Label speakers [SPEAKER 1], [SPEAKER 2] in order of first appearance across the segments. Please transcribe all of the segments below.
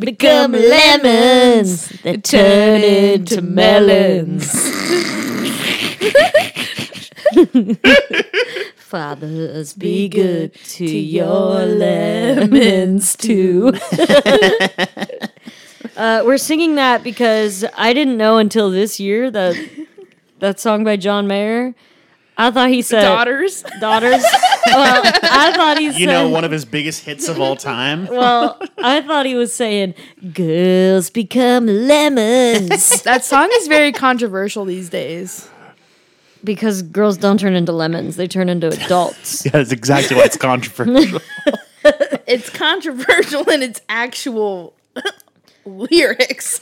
[SPEAKER 1] become lemons that turn into melons. Fathers, be good to your lemons too. uh, we're singing that because I didn't know until this year that that song by John Mayer. I thought he said
[SPEAKER 2] Daughters.
[SPEAKER 1] daughters. well, I thought he said.
[SPEAKER 3] You know, one of his biggest hits of all time.
[SPEAKER 1] well, I thought he was saying girls become lemons
[SPEAKER 2] That song is very controversial these days.
[SPEAKER 1] because girls don't turn into lemons; they turn into adults.
[SPEAKER 3] Yeah, that's exactly why it's controversial.
[SPEAKER 2] It's controversial in its actual lyrics,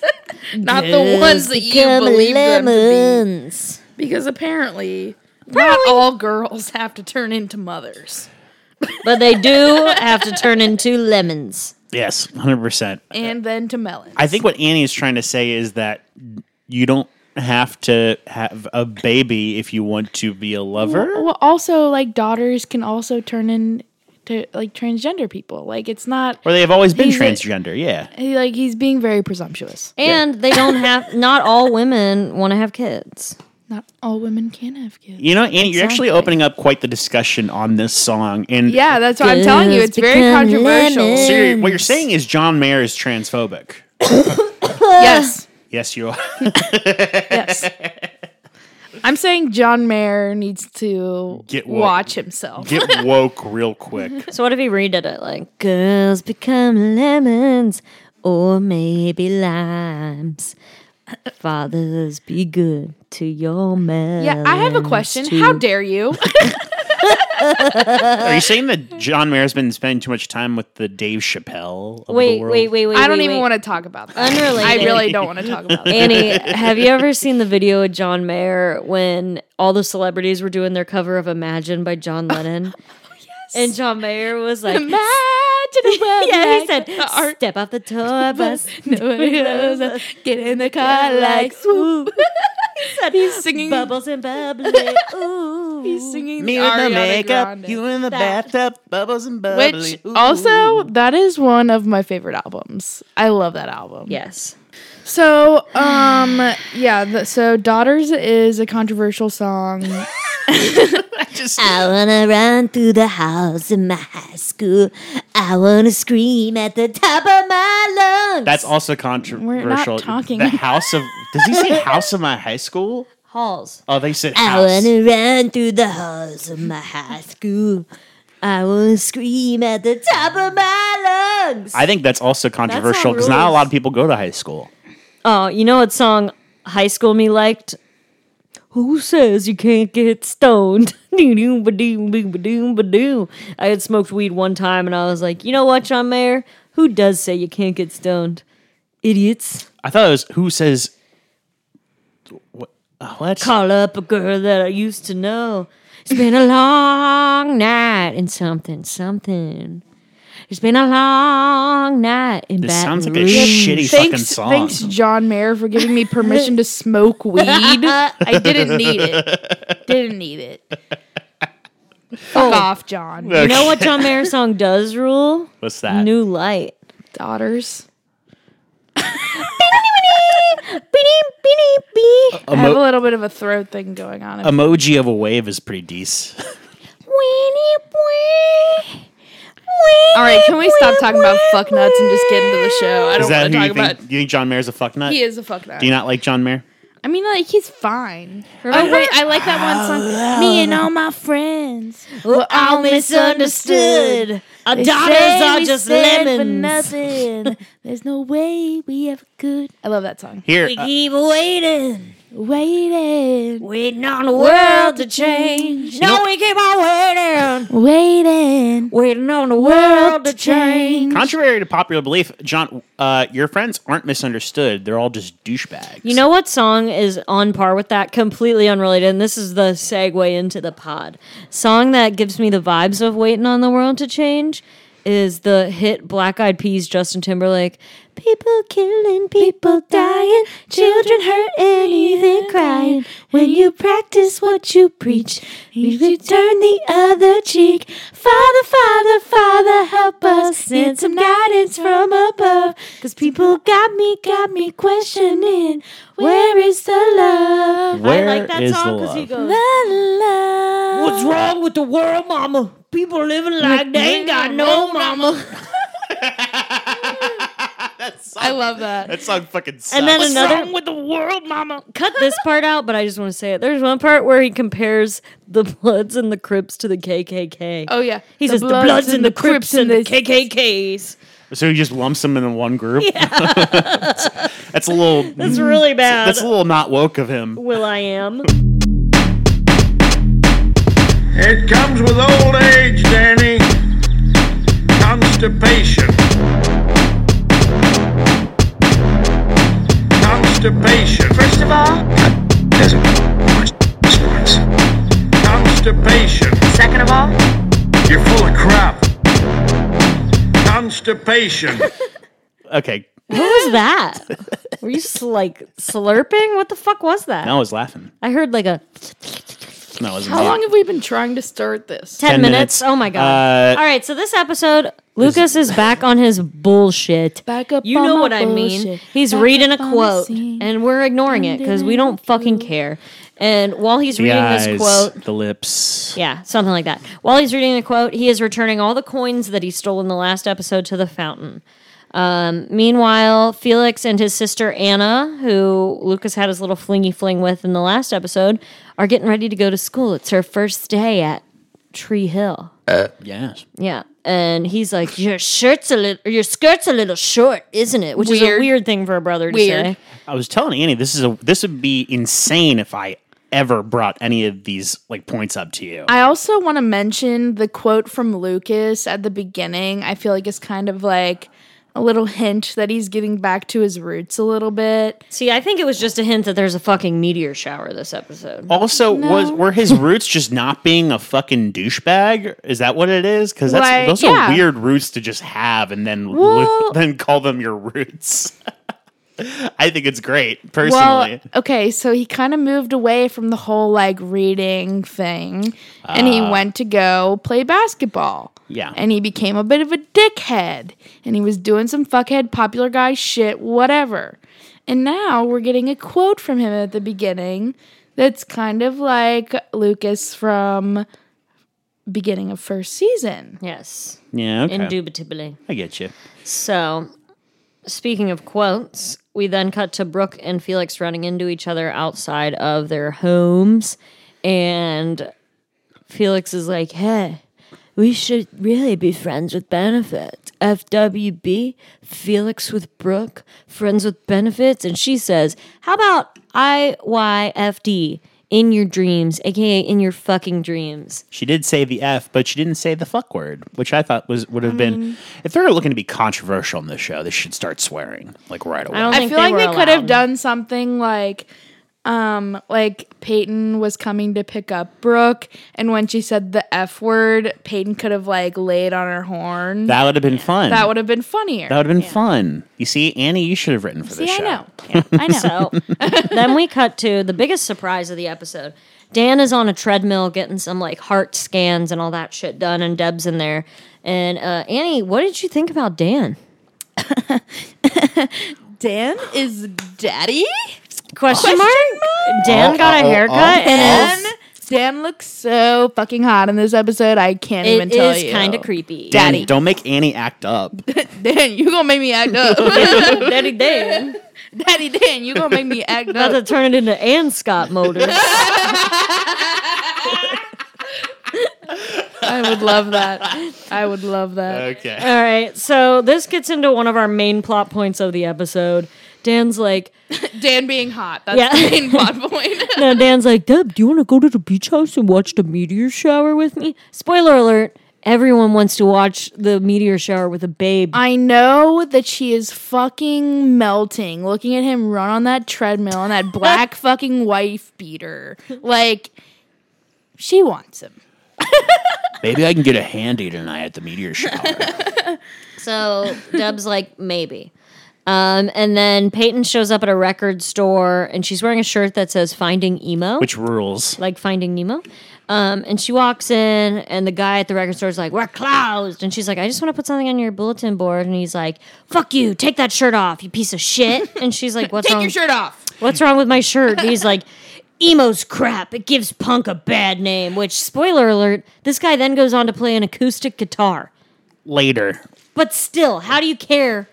[SPEAKER 2] not the ones that you
[SPEAKER 1] Become
[SPEAKER 2] believe them to be.
[SPEAKER 1] lemons.
[SPEAKER 2] Because apparently, not all girls have to turn into mothers.
[SPEAKER 1] But they do have to turn into lemons.
[SPEAKER 3] yes, 100%.
[SPEAKER 2] And then to melons.
[SPEAKER 3] I think what Annie is trying to say is that you don't have to have a baby if you want to be a lover.
[SPEAKER 2] Well, also like daughters can also turn into like transgender people. Like it's not
[SPEAKER 3] Or they've always been
[SPEAKER 2] He's a-
[SPEAKER 3] transgender, yeah.
[SPEAKER 2] he- like he's being very presumptuous.
[SPEAKER 1] And they don't have. Not all women want to have kids.
[SPEAKER 2] Not all women can have kids.
[SPEAKER 3] You know, Annie, you're actually
[SPEAKER 2] Exactly.
[SPEAKER 3] opening up quite the discussion on this song. And
[SPEAKER 2] Yeah, that's what I'm telling you. It's very
[SPEAKER 1] Become
[SPEAKER 2] controversial.
[SPEAKER 1] lemons.
[SPEAKER 3] so you're- what you're saying is John Mayer is transphobic.
[SPEAKER 2] Yes.
[SPEAKER 3] Yes, you are.
[SPEAKER 2] Yes. I'm saying John Mayer needs to
[SPEAKER 3] Get woke.
[SPEAKER 2] watch himself.
[SPEAKER 3] Get woke real quick.
[SPEAKER 1] So what if he redid it like girls become lemons or maybe limes? Fathers, be good to your men.
[SPEAKER 2] yeah, I have a question. How dare you?
[SPEAKER 3] Are you saying that John Mayer's been spending too much time with the Dave Chappelle of the
[SPEAKER 1] Wait,
[SPEAKER 3] world?
[SPEAKER 1] wait, wait, wait.
[SPEAKER 2] I don't even want to talk about that.
[SPEAKER 1] Unrelated.
[SPEAKER 2] I really don't want to talk about that.
[SPEAKER 1] Annie, have you ever seen the video of John Mayer when all the celebrities were doing their cover of Imagine by John Lennon? And John Mayer was like,
[SPEAKER 2] Oh, Imagine a world
[SPEAKER 1] yeah, he
[SPEAKER 2] like
[SPEAKER 1] said,
[SPEAKER 2] the art
[SPEAKER 1] step off the tour bus.
[SPEAKER 2] Nobody knows us. Get in the car like swoop. He's singing.
[SPEAKER 1] Bubbles and bubbly. Ooh.
[SPEAKER 2] He's singing
[SPEAKER 3] Me
[SPEAKER 2] the
[SPEAKER 3] with
[SPEAKER 2] Ariana
[SPEAKER 3] the makeup,
[SPEAKER 2] Grande.
[SPEAKER 3] you in the
[SPEAKER 1] That-
[SPEAKER 3] bathtub, bubbles and bubbly.
[SPEAKER 2] Which
[SPEAKER 3] Ooh.
[SPEAKER 2] also that is one of my favorite albums. I love that album.
[SPEAKER 1] Yes.
[SPEAKER 2] So um yeah. The, so daughters is a controversial song.
[SPEAKER 3] Just-
[SPEAKER 1] I wanna run through the house in my high school. I wanna scream at the top of my lungs.
[SPEAKER 3] that's also controversial.
[SPEAKER 2] talking
[SPEAKER 3] The
[SPEAKER 2] about-
[SPEAKER 3] house of does he say house of my high school?
[SPEAKER 1] halls.
[SPEAKER 3] Oh, they said
[SPEAKER 1] I
[SPEAKER 3] house.
[SPEAKER 1] wanna run through the halls of my high school. I wanna scream at the top of my lungs.
[SPEAKER 3] I think that's also controversial because not a
[SPEAKER 1] rules.
[SPEAKER 3] lot of people go to high school.
[SPEAKER 1] Oh, you know what song High School Me liked? Who says you can't get stoned? Doo-doo, ba-doo, boo, ba-doo, ba-doo. I had smoked weed one time and I was like, you know what, John Mayer? Who does say you can't get stoned? Idiots.
[SPEAKER 3] I thought it was who says what? uh, what?
[SPEAKER 1] Call up a girl that I used to know. It's been a long night and something, something. It's been a long night in
[SPEAKER 3] This
[SPEAKER 1] Baton
[SPEAKER 3] sounds like a
[SPEAKER 1] Rouge.
[SPEAKER 3] shitty fucking
[SPEAKER 2] thanks,
[SPEAKER 3] song.
[SPEAKER 2] thanks John Mayer for giving me permission to smoke weed. I didn't need it. Didn't need it. Fuck off, John.
[SPEAKER 1] You know what John Mayer song does rule?
[SPEAKER 3] What's that?
[SPEAKER 1] New light.
[SPEAKER 2] Daughters. I have a
[SPEAKER 3] Emo-
[SPEAKER 2] little bit of a throat thing going on.
[SPEAKER 3] emoji of a wave is pretty decent.
[SPEAKER 2] All right, can we stop talking about fuck nuts and just get into the show? I
[SPEAKER 3] Is
[SPEAKER 2] don't
[SPEAKER 3] that
[SPEAKER 2] want to
[SPEAKER 3] who you
[SPEAKER 2] talk
[SPEAKER 3] think?
[SPEAKER 2] about.
[SPEAKER 3] you think John Mayer's a fucknut?
[SPEAKER 2] He is a fuck nut.
[SPEAKER 3] Do you not like John Mayer?
[SPEAKER 2] I mean, like he's fine. Oh wait, I like that one song. Me and all my friends.
[SPEAKER 1] We're all misunderstood. Our daughters
[SPEAKER 2] say
[SPEAKER 1] are
[SPEAKER 2] we
[SPEAKER 1] just
[SPEAKER 2] stand for
[SPEAKER 1] lemons.
[SPEAKER 2] nothing. There's no way we ever could. I love that song.
[SPEAKER 3] Here,
[SPEAKER 1] We
[SPEAKER 3] uh,
[SPEAKER 1] keep waiting,
[SPEAKER 2] Waiting,
[SPEAKER 1] waiting on the world to change. No, we keep on waiting,
[SPEAKER 2] waiting.
[SPEAKER 1] waiting on the world to change.
[SPEAKER 3] contrary to popular belief, John, uh, your friends aren't misunderstood. They're all just douchebags.
[SPEAKER 1] You know what song is on par with that? Completely unrelated. And this is the segue into the pod. Song that gives me the vibes of waiting on the world to change is the hit Black Eyed Peas Justin Timberlake. People killing, people dying, children hurting, even crying. When you practice what you preach, you should turn the other cheek. Father, Father, Father, help us. Send some guidance from above. Cause people got me, got me questioning. Where is the love?
[SPEAKER 3] Where
[SPEAKER 1] I like that
[SPEAKER 3] is
[SPEAKER 1] song
[SPEAKER 3] the
[SPEAKER 1] because he
[SPEAKER 3] love?
[SPEAKER 1] goes.
[SPEAKER 2] La, la.
[SPEAKER 1] What's wrong with the world, mama? People living like they ain't got no mama.
[SPEAKER 2] I love that.
[SPEAKER 3] That song fucking sucks.
[SPEAKER 1] And then another
[SPEAKER 2] with the world, mama?
[SPEAKER 1] cut this part out, but I just want to say it. There's one part where he compares the Bloods and the Crips to the KKK.
[SPEAKER 2] Oh yeah,
[SPEAKER 1] he says the Bloods and the Crips and the KKKs.
[SPEAKER 3] so he just lumps them in one group. that's a little.
[SPEAKER 1] It's really bad.
[SPEAKER 3] That's a little not woke of him.
[SPEAKER 1] Will I am.
[SPEAKER 4] It comes with old age, Danny. Constipation. Constipation. First of all,
[SPEAKER 5] doesn't want sports.
[SPEAKER 4] constipation.
[SPEAKER 5] Second of all,
[SPEAKER 4] You're full of crap. Constipation.
[SPEAKER 3] Okay,
[SPEAKER 1] What was that? Were you just like slurping? What the fuck was that?
[SPEAKER 3] now I was laughing.
[SPEAKER 1] I heard like a
[SPEAKER 3] No, it was
[SPEAKER 2] How long have we been trying to start this?
[SPEAKER 1] 10,
[SPEAKER 3] 10
[SPEAKER 1] minutes.
[SPEAKER 3] minutes.
[SPEAKER 1] Oh my god.
[SPEAKER 3] Uh,
[SPEAKER 1] All right, so this episode, Lucas is back on his bullshit.
[SPEAKER 2] Back up
[SPEAKER 1] You
[SPEAKER 2] on
[SPEAKER 1] know
[SPEAKER 2] my
[SPEAKER 1] what I mean.
[SPEAKER 2] bullshit.
[SPEAKER 1] He's
[SPEAKER 2] Back
[SPEAKER 1] reading a
[SPEAKER 2] up on the
[SPEAKER 1] quote
[SPEAKER 2] scene.
[SPEAKER 1] and we're ignoring it because we don't fucking care. And while he's
[SPEAKER 3] The
[SPEAKER 1] reading
[SPEAKER 3] eyes,
[SPEAKER 1] this quote,
[SPEAKER 3] the lips.
[SPEAKER 1] yeah, something like that. While he's reading the quote, he is returning all the coins that he stole in the last episode to the fountain. Um, meanwhile, Felix and his sister Anna, who Lucas had his little flingy fling with in the last episode, are getting ready to go to school. It's her first day at Tree Hill.
[SPEAKER 3] Yes.
[SPEAKER 1] Yeah. And he's like, Your shirt's a little your skirt's a little short, isn't it? Which is a
[SPEAKER 2] Weird.
[SPEAKER 1] weird thing for a brother to
[SPEAKER 2] Weird.
[SPEAKER 1] say.
[SPEAKER 3] I was telling Annie this is a this would be insane if I ever brought any of these like points up to you.
[SPEAKER 2] I also want to mention the quote from Lucas at the beginning. I feel like it's kind of like a little hint that he's getting back to his roots a little bit.
[SPEAKER 1] See, I think it was just a hint that there's a fucking meteor shower this episode.
[SPEAKER 2] Oh.
[SPEAKER 3] also, was were his roots just not being a fucking douchebag? Is that what it is? Because that's
[SPEAKER 2] Like,
[SPEAKER 3] those
[SPEAKER 2] yeah.
[SPEAKER 3] are weird roots to just have and then lo-
[SPEAKER 2] Well-
[SPEAKER 3] then call them your roots. I think it's great
[SPEAKER 2] Well,
[SPEAKER 3] personally.
[SPEAKER 2] okay, so he kind of moved away from the whole like reading thing and he went to go play basketball.
[SPEAKER 3] Ah. Yeah.
[SPEAKER 2] And he became a bit of a dickhead and he was doing some fuckhead popular guy shit, whatever. And now we're getting a quote from him at the beginning that's kind of like Lucas from beginning of first season.
[SPEAKER 1] Yes.
[SPEAKER 3] yeah, okay.
[SPEAKER 1] Indubitably.
[SPEAKER 3] I get you.
[SPEAKER 1] So speaking of quotes, we then cut to Brooke and Felix running into each other outside of their homes. And Felix is like, Hey, we should really be friends with benefits. FWB, Felix with Brooke, friends with benefits. And she says, How about IYFD in your dreams, aka in your fucking dreams?
[SPEAKER 3] She did say the F, but she didn't say the fuck word, which I thought was would have been if they're looking to be controversial in this show, they should start swearing like right away.
[SPEAKER 1] I don't
[SPEAKER 2] I
[SPEAKER 1] think
[SPEAKER 2] feel like
[SPEAKER 1] were
[SPEAKER 2] they could have
[SPEAKER 1] allowed.
[SPEAKER 2] done something like um like Peyton was coming to pick up Brooke and when she said the F word, Peyton could have like laid on her horn. That,
[SPEAKER 3] That would have been fun.
[SPEAKER 2] would have been funnier.
[SPEAKER 3] That would have been fun. You see, Annie, you should have written for
[SPEAKER 2] See,
[SPEAKER 3] this
[SPEAKER 2] I
[SPEAKER 3] show.
[SPEAKER 2] know. Yeah, I know.
[SPEAKER 1] So then we cut to the biggest surprise of the episode. Dan is on a treadmill getting some like heart scans and all that shit done, and Deb's in there. And uh, Annie, what did you think about Dan?
[SPEAKER 2] Dan is daddy?
[SPEAKER 1] Question mark? Dan got a haircut,
[SPEAKER 2] Dan,
[SPEAKER 1] and
[SPEAKER 2] Dan looks so fucking hot in this episode. I can't even
[SPEAKER 1] it's, it
[SPEAKER 2] tell
[SPEAKER 1] is
[SPEAKER 2] you.
[SPEAKER 1] kind of creepy.
[SPEAKER 3] Dan,
[SPEAKER 2] Daddy.
[SPEAKER 3] don't make Annie act up.
[SPEAKER 2] Dan, you gonna make me act up.
[SPEAKER 1] Daddy Dan,
[SPEAKER 2] daddy Dan, you gonna make me act
[SPEAKER 1] about to
[SPEAKER 2] up.
[SPEAKER 1] turn it into Ann Scott Motors.
[SPEAKER 2] I would love that. I would love that.
[SPEAKER 3] okay.
[SPEAKER 1] All right, so this gets into one of our main plot points of the episode. Dan's like,
[SPEAKER 2] Dan being hot. That's
[SPEAKER 1] Yeah.
[SPEAKER 2] the main plot point.
[SPEAKER 1] Now Dan's like, Deb, do you want to go to the beach house and watch the meteor shower with me? Spoiler alert: Everyone wants to watch the meteor shower with a babe.
[SPEAKER 2] I know that she is fucking melting looking at him run on that treadmill and that black fucking wife beater. Like, she wants him.
[SPEAKER 3] Maybe I can get a handy tonight at the meteor shower.
[SPEAKER 1] So Dub's like, maybe. Um, and then Peyton shows up at a record store and she's wearing a shirt that says Finding Emo,
[SPEAKER 3] Which rules?
[SPEAKER 1] like Finding Nemo. Um, and she walks in, and the guy at the record store is like, We're closed. And she's like, I just want to put something on your bulletin board. And he's like, Fuck you, take that shirt off, you piece of shit. And she's like, What's
[SPEAKER 2] Take
[SPEAKER 1] wrong?
[SPEAKER 2] your shirt off.
[SPEAKER 1] What's wrong with my shirt? And he's like, Emo's crap. It gives punk a bad name, which, spoiler alert, this guy then goes on to play an acoustic guitar.
[SPEAKER 3] Later.
[SPEAKER 1] But still, how do you care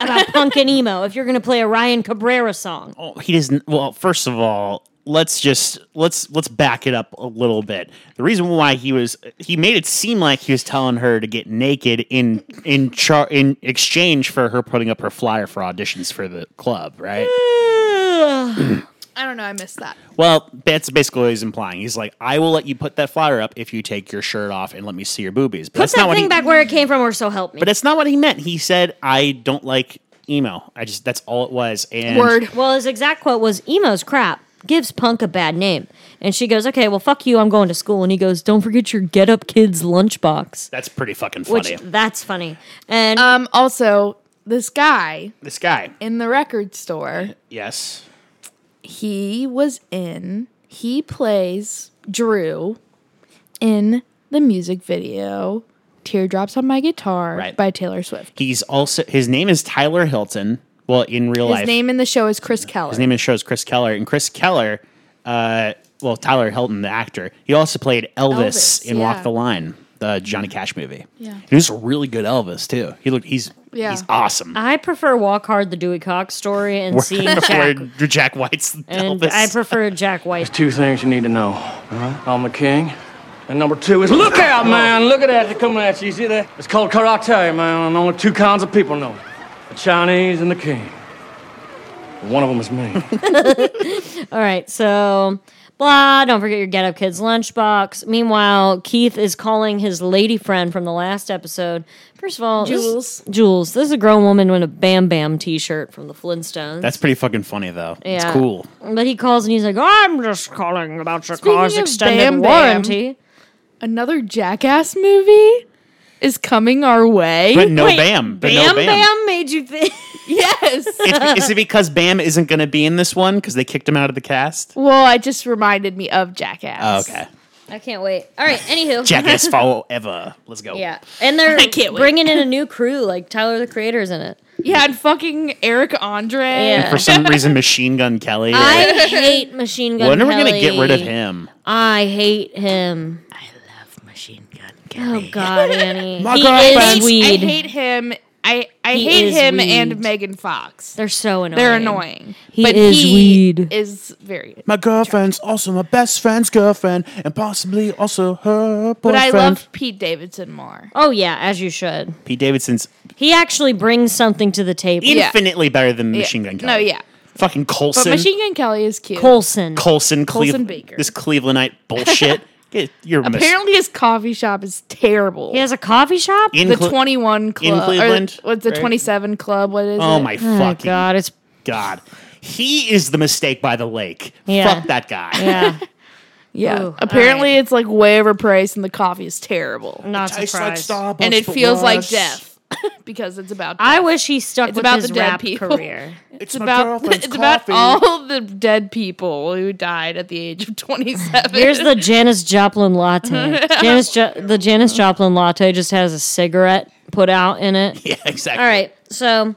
[SPEAKER 1] about punk and emo if you're going to play a Ryan Cabrera song?
[SPEAKER 3] Oh, he doesn't. Well, first of all, let's just let's let's back it up a little bit. The reason why he was he made it seem like he was telling her to get naked in in char in exchange for her putting up her flyer for auditions for the club, right?
[SPEAKER 1] Mm.
[SPEAKER 2] I don't know. I missed that.
[SPEAKER 3] Well, that's basically what he's implying. He's like, I will let you put that flyer up if you take your shirt off and let me see your boobies. But
[SPEAKER 1] Put
[SPEAKER 3] that's not
[SPEAKER 1] that
[SPEAKER 3] what
[SPEAKER 1] thing
[SPEAKER 3] he,
[SPEAKER 1] back where it came from, or so help me.
[SPEAKER 3] But that's not what he meant. He said, I don't like emo. I just that's all it was. And
[SPEAKER 2] Word.
[SPEAKER 1] well, his exact quote was Emo's crap gives punk a bad name. And she goes, Okay, well, fuck you. I'm going to school. And he goes, Don't forget your get up kids lunchbox.
[SPEAKER 3] that's pretty fucking
[SPEAKER 1] Which
[SPEAKER 3] funny.
[SPEAKER 1] that's funny. And
[SPEAKER 2] Um. Also, this guy
[SPEAKER 3] this guy.
[SPEAKER 2] in the record store,
[SPEAKER 3] Yes.
[SPEAKER 2] he was in. He plays Drew in the music video "Teardrops on My Guitar"
[SPEAKER 3] Right.
[SPEAKER 2] by Taylor Swift.
[SPEAKER 3] He's also his name is Tyler Hilton. Well, in real
[SPEAKER 2] His
[SPEAKER 3] life,
[SPEAKER 2] name in the show is Chris Keller.
[SPEAKER 3] his name in the show is Chris Keller, and Chris Keller, uh, well, Tyler Hilton, the actor, he also played Elvis,
[SPEAKER 2] Elvis,
[SPEAKER 3] in
[SPEAKER 2] yeah.
[SPEAKER 3] Walk the Line, the Johnny Cash movie.
[SPEAKER 2] Yeah.
[SPEAKER 3] he was a really good Elvis too. He looked, he's
[SPEAKER 2] Yeah.
[SPEAKER 3] he's awesome.
[SPEAKER 1] I prefer Walk Hard, the Dewey Cox story, and seeing Jack.
[SPEAKER 3] Where Jack White's
[SPEAKER 1] And
[SPEAKER 3] Elvis.
[SPEAKER 1] I prefer Jack White.
[SPEAKER 6] Two things you need to know. I'm the king. And number two is look out, man. Look at that. They're coming at you. You see that? It's called karate, man. And only two kinds of people know it the Chinese and the king. One of them is me.
[SPEAKER 1] All right, so blah, don't forget your get up kids lunchbox. Meanwhile, Keith is calling his lady friend from the last episode. First of all, this-
[SPEAKER 2] Jules.
[SPEAKER 1] Jules. This is a grown woman in a Bam Bam t shirt from the Flintstones.
[SPEAKER 3] That's pretty fucking funny though. It's
[SPEAKER 1] Yeah.
[SPEAKER 3] cool.
[SPEAKER 1] But he calls and he's like, I'm just calling about your
[SPEAKER 2] Speaking
[SPEAKER 1] car's
[SPEAKER 2] of
[SPEAKER 1] extended
[SPEAKER 2] Bam Bam.
[SPEAKER 1] warranty.
[SPEAKER 2] Another Jackass movie is coming our way.
[SPEAKER 3] But no
[SPEAKER 1] Wait,
[SPEAKER 3] Bam. But
[SPEAKER 1] Bam
[SPEAKER 3] no Bam.
[SPEAKER 1] Bam made you think.
[SPEAKER 2] yes.
[SPEAKER 3] It's- is it because Bam isn't going to be in this one because they kicked him out of the cast?
[SPEAKER 2] Well, I just reminded me of
[SPEAKER 3] Oh,
[SPEAKER 2] Jackass.
[SPEAKER 3] okay.
[SPEAKER 1] I can't wait. All right, anywho.
[SPEAKER 3] Jackass forever. Let's go.
[SPEAKER 1] Yeah, and they're
[SPEAKER 2] can't wait.
[SPEAKER 1] bringing in a new crew. Like Tyler the Creator's in it.
[SPEAKER 2] Yeah, and fucking Eric Andre.
[SPEAKER 1] Yeah.
[SPEAKER 3] For some reason, Machine Gun Kelly.
[SPEAKER 1] I hate Machine Gun.
[SPEAKER 3] when are we going to
[SPEAKER 1] Kelly.
[SPEAKER 3] get rid of him?
[SPEAKER 1] I hate him.
[SPEAKER 2] Machine Gun
[SPEAKER 1] Oh God, Annie. he
[SPEAKER 2] I
[SPEAKER 1] is
[SPEAKER 2] hate,
[SPEAKER 1] weed.
[SPEAKER 2] I hate him. I, I
[SPEAKER 1] He
[SPEAKER 2] hate
[SPEAKER 1] is
[SPEAKER 2] him
[SPEAKER 1] weed.
[SPEAKER 2] and Megan Fox. They're,
[SPEAKER 1] They're so annoying.
[SPEAKER 2] annoying.
[SPEAKER 1] He
[SPEAKER 2] but
[SPEAKER 1] is
[SPEAKER 2] he
[SPEAKER 1] weed.
[SPEAKER 2] is very.
[SPEAKER 7] My girlfriend's also my best friend's girlfriend, and possibly also her boyfriend.
[SPEAKER 2] But I love Pete Davidson more.
[SPEAKER 1] Oh yeah, as you should.
[SPEAKER 3] Pete Davidson's
[SPEAKER 1] He actually brings something to the table.
[SPEAKER 2] Yeah.
[SPEAKER 3] infinitely better than Machine Gun Kelly.
[SPEAKER 2] No, yeah.
[SPEAKER 3] Fucking
[SPEAKER 2] But
[SPEAKER 3] Colson.
[SPEAKER 2] Machine Gun Kelly is cute.
[SPEAKER 1] Colson.
[SPEAKER 3] Colson.
[SPEAKER 2] Colson
[SPEAKER 3] Cleve-
[SPEAKER 2] Baker.
[SPEAKER 3] This Clevelandite bullshit. Get your mis-
[SPEAKER 2] Apparently, his coffee shop is terrible.
[SPEAKER 1] he has a coffee shop.
[SPEAKER 3] in
[SPEAKER 2] the
[SPEAKER 3] Cle-
[SPEAKER 2] 21 club. or
[SPEAKER 3] Cleveland,
[SPEAKER 2] what's the 27 club? What is it?
[SPEAKER 3] Oh my
[SPEAKER 1] oh my
[SPEAKER 3] fucking god.
[SPEAKER 1] God, it's
[SPEAKER 3] He is the mistake by the lake.
[SPEAKER 1] Yeah.
[SPEAKER 3] Fuck that guy.
[SPEAKER 1] yeah,
[SPEAKER 2] Yeah.
[SPEAKER 1] Ooh,
[SPEAKER 2] Apparently, it's like way overpriced and the coffee is terrible.
[SPEAKER 1] not surprised.
[SPEAKER 2] and it feels like death because it's about
[SPEAKER 1] I wish he stuck
[SPEAKER 2] It's
[SPEAKER 1] with
[SPEAKER 2] about
[SPEAKER 1] his
[SPEAKER 2] the dead
[SPEAKER 1] rap
[SPEAKER 2] people.
[SPEAKER 1] career.
[SPEAKER 2] it's about it's about all the dead people who died at the age of 27.
[SPEAKER 1] Here's the Janis Joplin latte. Janis jo- the Janis Joplin latte just has a cigarette put out in it.
[SPEAKER 3] Yeah, exactly.
[SPEAKER 1] All right. So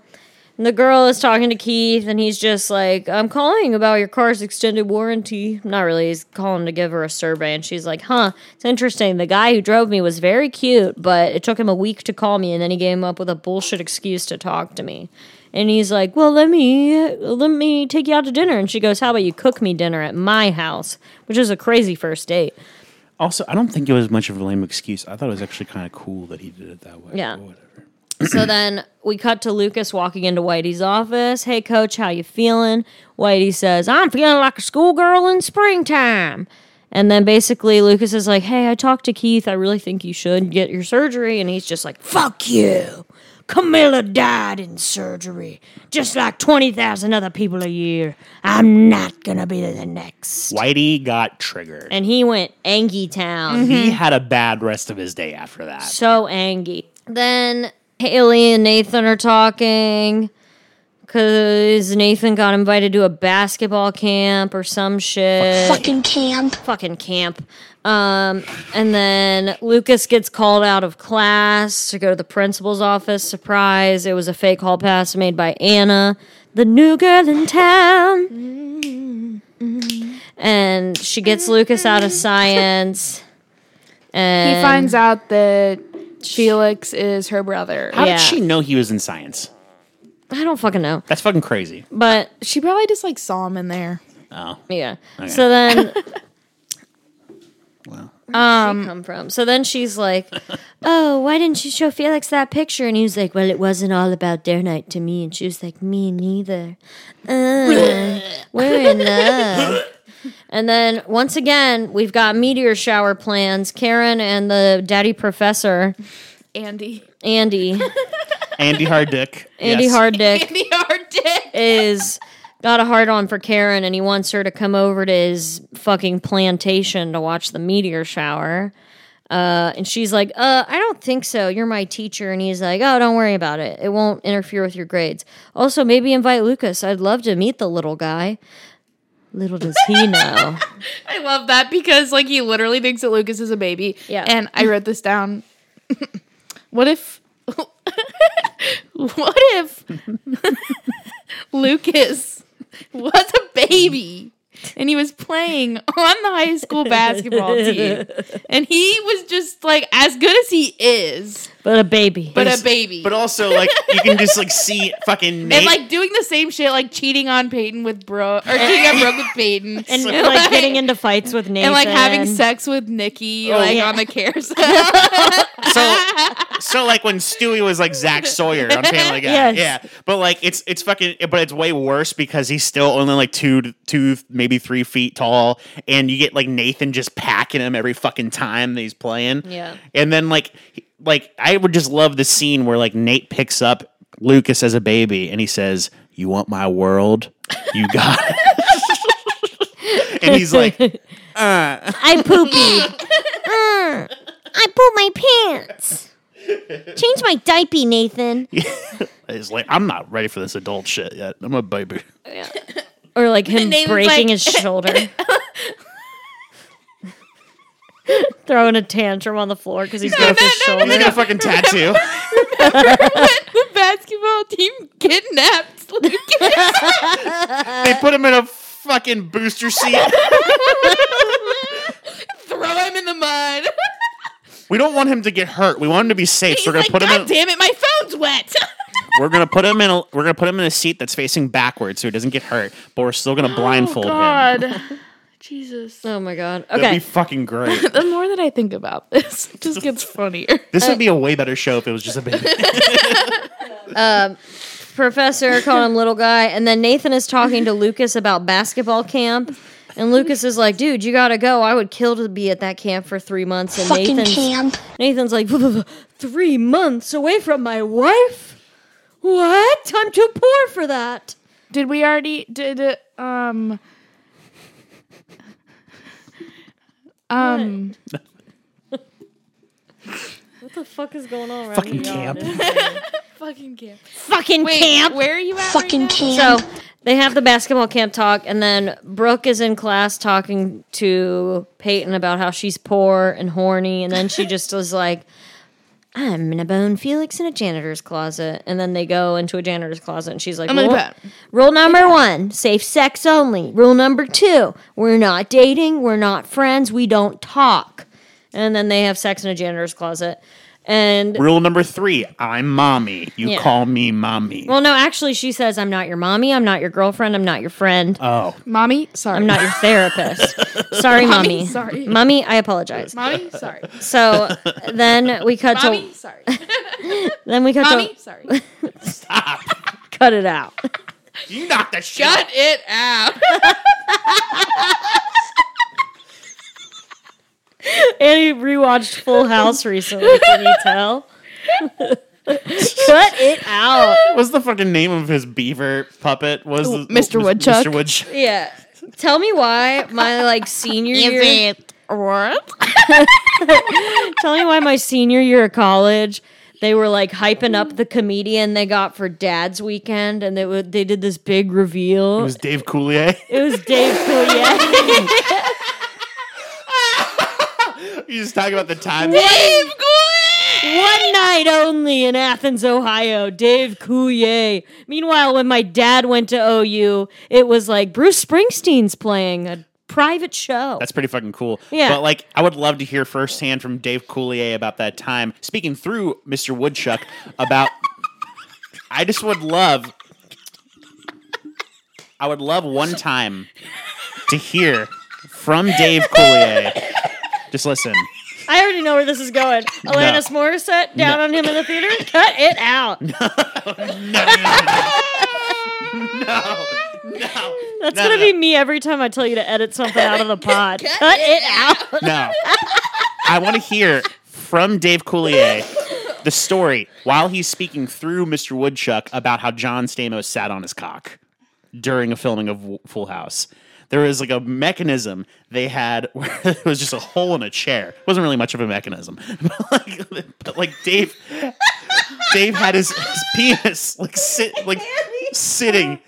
[SPEAKER 1] the girl is talking to Keith, and he's just like, I'm calling about your car's extended warranty. Not really. He's calling to give her a survey. And she's like, Huh, it's interesting. The guy who drove me was very cute, but it took him a week to call me. And then he came up with a bullshit excuse to talk to me. And he's like, "Well, let me let me take you out to dinner." And she goes, "How about you cook me dinner at my house?" Which is a crazy first date.
[SPEAKER 3] Also, I don't think it was much of a lame excuse. I thought it was actually kind of cool that he did it that way.
[SPEAKER 1] Yeah.
[SPEAKER 3] Or whatever.
[SPEAKER 1] so then we cut to Lucas walking into Whitey's office. Hey, coach, how you feeling? Whitey says, I'm feeling like a schoolgirl in springtime. And then basically Lucas is like, hey, I talked to Keith. I really think you should get your surgery. And he's just like, fuck you. Camilla died in surgery, just like 20,000 other people a year. I'm not gonna be the next.
[SPEAKER 3] Whitey got triggered.
[SPEAKER 1] And he went Angie Town.
[SPEAKER 3] he
[SPEAKER 2] Mm.
[SPEAKER 3] had a bad rest of his day after that.
[SPEAKER 1] So Angie. Then Haley and Nathan are talking because Nathan got invited to a basketball camp or some shit.
[SPEAKER 8] Fucking camp.
[SPEAKER 1] fucking camp. Um, and then Lucas gets called out of class to go to the principal's office. Surprise! It was a fake hall pass made by Anna, the new girl in town. And she gets Lucas out of science.
[SPEAKER 2] He
[SPEAKER 1] And
[SPEAKER 2] finds out that Felix is her brother.
[SPEAKER 3] How
[SPEAKER 1] Yeah.
[SPEAKER 3] did she know he was in science?
[SPEAKER 1] I don't fucking know,
[SPEAKER 3] That's fucking crazy.
[SPEAKER 1] but
[SPEAKER 2] She probably just like saw him in there.
[SPEAKER 3] Oh.
[SPEAKER 1] yeah. So then. Where
[SPEAKER 3] Um,
[SPEAKER 1] did she come from? So then she's like, "Oh, why didn't you show Felix that picture?" And he was like, "Well, it wasn't all about dare night to me." And she was like, "Me neither. Uh, we're in love." And then once again, we've got meteor shower plans. Karen and the daddy professor,
[SPEAKER 2] Andy.
[SPEAKER 1] Andy,
[SPEAKER 3] Andy Hardick.
[SPEAKER 1] Andy
[SPEAKER 3] yes.
[SPEAKER 1] Harddick,
[SPEAKER 2] Andy Ardick.
[SPEAKER 1] is got a hard on for Karen and he wants her to come over to his fucking plantation to watch the meteor shower. Uh, and she's like, uh, I don't think so. You're my teacher. And he's like, oh, don't worry about it. It won't interfere with your grades. Also, maybe invite Lucas. I'd love to meet the little guy. Little does he know.
[SPEAKER 2] I love that because like he literally thinks that Lucas is a baby.
[SPEAKER 1] Yeah.
[SPEAKER 2] And I wrote this down. what if what if Lucas was a baby and he was playing on the high school basketball team and he was just like as good as he is,
[SPEAKER 1] but a baby.
[SPEAKER 2] but a baby.
[SPEAKER 3] But also, like, you can just, like, see fucking Nate.
[SPEAKER 2] and like doing the same shit, like cheating on Peyton with Bro, or cheating on Brooke with Peyton,
[SPEAKER 1] and like getting into fights with Nathan.
[SPEAKER 2] and like having sex with Nikki, like
[SPEAKER 1] Oh, yeah.
[SPEAKER 2] on the carousel.
[SPEAKER 3] so, so, like, when Stewie was, like, Zach Sawyer on Family Guy.
[SPEAKER 1] Yes.
[SPEAKER 3] Yeah. But, like, it's it's fucking, but it's way worse because he's still only, like, two, to- two, maybe three feet tall. And you get, like, Nathan just packing him every fucking time that he's playing.
[SPEAKER 1] Yeah.
[SPEAKER 3] And then, like, he- like I would just love the scene where, like, Nate picks up Lucas as a baby and he says, You want my world? You got it. and he's like,
[SPEAKER 1] I poopy. Uh, I poop my pants. Change my diaper, Nathan.
[SPEAKER 3] It's like, I'm not ready for this adult shit yet. I'm a baby.
[SPEAKER 1] Or like him
[SPEAKER 2] Nathan's
[SPEAKER 1] breaking
[SPEAKER 2] like-
[SPEAKER 1] his shoulder. Throwing a tantrum on the floor because he's broke his shoulder.
[SPEAKER 3] He's got a fucking tattoo.
[SPEAKER 2] the basketball team kidnapped Lucas.
[SPEAKER 3] they put him in a fucking booster seat.
[SPEAKER 2] Throw him in the mud.
[SPEAKER 3] We don't want him to get hurt. We want him to be safe.
[SPEAKER 2] He's
[SPEAKER 3] So we're gonna
[SPEAKER 2] like,
[SPEAKER 3] put him.
[SPEAKER 2] God
[SPEAKER 3] In,
[SPEAKER 2] damn it, my phone's wet.
[SPEAKER 3] we're gonna put him in. A, we're gonna put him in a seat that's facing backwards so he doesn't get hurt. But we're still gonna blindfold him.
[SPEAKER 2] Jesus.
[SPEAKER 1] Oh my god.
[SPEAKER 3] That'd
[SPEAKER 1] Okay.
[SPEAKER 3] be fucking great.
[SPEAKER 2] The more that I think about this, it just gets funnier.
[SPEAKER 3] This would be a way better show if it was just a baby.
[SPEAKER 1] Professor called him little guy. And then Nathan is talking to Lucas about basketball camp. And Lucas is like, dude, you gotta go. I would kill to be at that camp for three months. And
[SPEAKER 8] Fucking
[SPEAKER 1] Nathan's
[SPEAKER 8] camp.
[SPEAKER 1] Nathan's like, three months away from my wife? What? I'm too poor for that.
[SPEAKER 2] Did we already did uh, um um
[SPEAKER 1] What the fuck is going on right
[SPEAKER 3] fucking camp.
[SPEAKER 2] fucking camp?
[SPEAKER 1] Fucking
[SPEAKER 2] Wait,
[SPEAKER 1] camp.
[SPEAKER 2] where are you at?
[SPEAKER 8] Fucking
[SPEAKER 1] So
[SPEAKER 8] camp.
[SPEAKER 1] they have the basketball camp talk, and then Brooke is in class talking to Peyton about how she's poor and horny, and then she just was like, I'm gonna bone Felix in a janitor's closet. And then they go into a janitor's closet, and she's like,
[SPEAKER 2] I'm gonna
[SPEAKER 1] "Well,
[SPEAKER 2] bone."
[SPEAKER 1] Rule number one, safe sex only. Rule number two, we're not dating, we're not friends, we don't talk. And then they have sex in a janitor's closet. And
[SPEAKER 3] Rule number three: I'm mommy. You
[SPEAKER 1] Yeah.
[SPEAKER 3] call me mommy.
[SPEAKER 1] well, no, actually, she says, I'm not your mommy, I'm not your girlfriend, I'm not your friend.
[SPEAKER 3] oh,
[SPEAKER 2] Mommy, sorry.
[SPEAKER 1] I'm not your therapist. sorry, mommy.
[SPEAKER 2] sorry.
[SPEAKER 1] Mommy, I apologize.
[SPEAKER 2] Mommy, sorry.
[SPEAKER 1] So then we cut
[SPEAKER 2] Mommy,
[SPEAKER 1] to
[SPEAKER 2] sorry.
[SPEAKER 1] then we cut
[SPEAKER 2] Mommy,
[SPEAKER 1] to
[SPEAKER 2] sorry.
[SPEAKER 1] cut it out.
[SPEAKER 3] you knocked the shit.
[SPEAKER 2] Cut it out.
[SPEAKER 1] And he rewatched Full House recently. Can you tell? Cut it out.
[SPEAKER 3] What's the fucking name of his beaver puppet? Was
[SPEAKER 2] Oh,
[SPEAKER 3] the-
[SPEAKER 2] Mr.
[SPEAKER 3] Mis-
[SPEAKER 2] Woodchuck.
[SPEAKER 3] Mr. Woodchuck.
[SPEAKER 1] Yeah. Tell me why my like senior year. Tell me why my senior year of college they were like hyping up the comedian they got for Dad's weekend, and they would they did this big reveal.
[SPEAKER 3] It was Dave Coulier.
[SPEAKER 1] It was Dave Coulier.
[SPEAKER 3] you just talking about the time.
[SPEAKER 1] One night only in Athens, Ohio. Dave Coulier. Meanwhile, when my dad went to OU, it was like Bruce Springsteen's playing a private show.
[SPEAKER 3] That's pretty fucking cool.
[SPEAKER 1] Yeah.
[SPEAKER 3] But like, I would love to hear firsthand from Dave Coulier about that time, speaking through Mr. Woodchuck about. I just would love. I would love one time to hear from Dave Coulier. Just listen.
[SPEAKER 1] I already know where this is going. Alanis Morissette down on him in the theater. Cut it out.
[SPEAKER 3] No,
[SPEAKER 1] That's
[SPEAKER 3] No,
[SPEAKER 1] gonna
[SPEAKER 3] no.
[SPEAKER 1] be me every time I tell you to edit something out of the pod. Cut it out.
[SPEAKER 3] no. I want to hear from Dave Coulier the story while he's speaking through Mr. Woodchuck about how John Stamos sat on his cock during a filming of W- Full House. There was like a mechanism they had where it was just a hole in a chair. It wasn't really much of a mechanism, but like, but like Dave, Dave had his, his penis like sit like sitting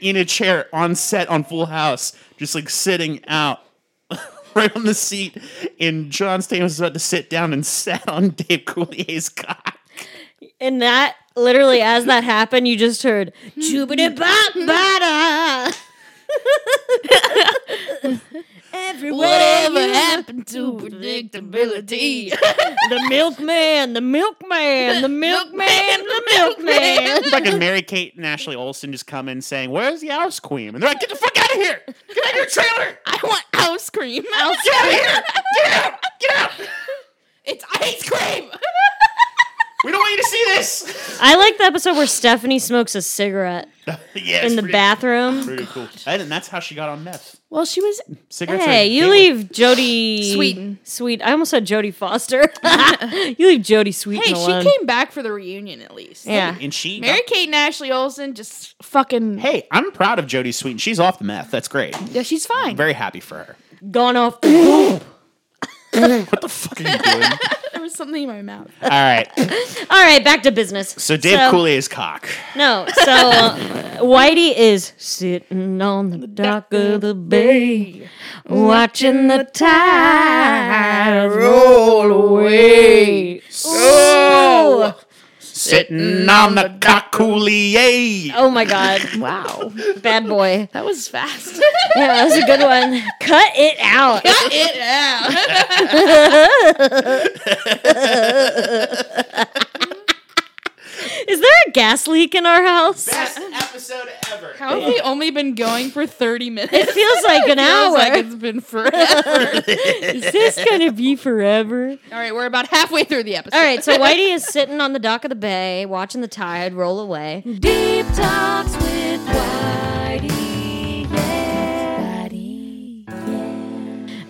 [SPEAKER 3] in a chair on set on Full House, just like sitting out right on the seat, and John Stamos was about to sit down and sat on Dave Coulier's cock.
[SPEAKER 1] And that literally, as that happened, you just heard "Jupiter Bop Bada." Everywhere,
[SPEAKER 2] Whatever happened to predictability?
[SPEAKER 1] the milkman, the milkman, the milkman, the milkman.
[SPEAKER 3] Fucking Mary Kate and Ashley Olsen just come in saying, "Where's the house queen?" And they're like, "Get the fuck out of here! Get out of your trailer!
[SPEAKER 2] I want ice cream.
[SPEAKER 3] Get out of here! Get out! Get out!
[SPEAKER 2] It's ice cream.
[SPEAKER 3] We don't want you to see this."
[SPEAKER 1] I like the episode where Stephanie smokes a cigarette
[SPEAKER 3] yes,
[SPEAKER 1] in the
[SPEAKER 3] pretty,
[SPEAKER 1] bathroom.
[SPEAKER 3] Pretty cool. And that's how she got on meth.
[SPEAKER 2] Well, she was
[SPEAKER 3] Cigarettes.
[SPEAKER 1] Hey,
[SPEAKER 3] are-
[SPEAKER 1] you
[SPEAKER 3] they
[SPEAKER 1] leave Jodie
[SPEAKER 2] Sweeten.
[SPEAKER 1] Sweet. I almost said Jodie Foster. you leave Jodie Sweet.
[SPEAKER 2] Hey,
[SPEAKER 1] alone.
[SPEAKER 2] she came back for the reunion at least.
[SPEAKER 1] Yeah.
[SPEAKER 3] were- And she.
[SPEAKER 2] Mary Kate and Ashley Olsen just fucking.
[SPEAKER 3] hey, I'm proud of Jodie Sweet. and She's off the meth. That's great.
[SPEAKER 2] Yeah, she's fine.
[SPEAKER 3] Very happy for her.
[SPEAKER 1] Gone off the loop.
[SPEAKER 3] What the fuck are you doing?
[SPEAKER 2] there was something in my mouth.
[SPEAKER 3] All right.
[SPEAKER 1] All right, back to business.
[SPEAKER 3] So Dave Coulier's cock.
[SPEAKER 1] No, so uh, Whitey is sitting on the dock of the bay, watching the tide roll away. So,
[SPEAKER 3] Sitting on the cock Coulier.
[SPEAKER 1] oh my god,
[SPEAKER 2] Wow,
[SPEAKER 1] bad boy.
[SPEAKER 2] that was fast.
[SPEAKER 1] Yeah, that was a good one. Cut it out.
[SPEAKER 2] it out.
[SPEAKER 1] Is there a gas leak in our house?
[SPEAKER 3] Best episode ever.
[SPEAKER 2] How have we only been going for thirty minutes?
[SPEAKER 1] Feels like an
[SPEAKER 2] Feels
[SPEAKER 1] hour.
[SPEAKER 2] like it's been forever.
[SPEAKER 1] Is this gonna be forever?
[SPEAKER 2] All right, we're about halfway through the episode.
[SPEAKER 1] All right, so Whitey is sitting on the dock of the bay, watching the tide roll away. Deep talks with Whitey.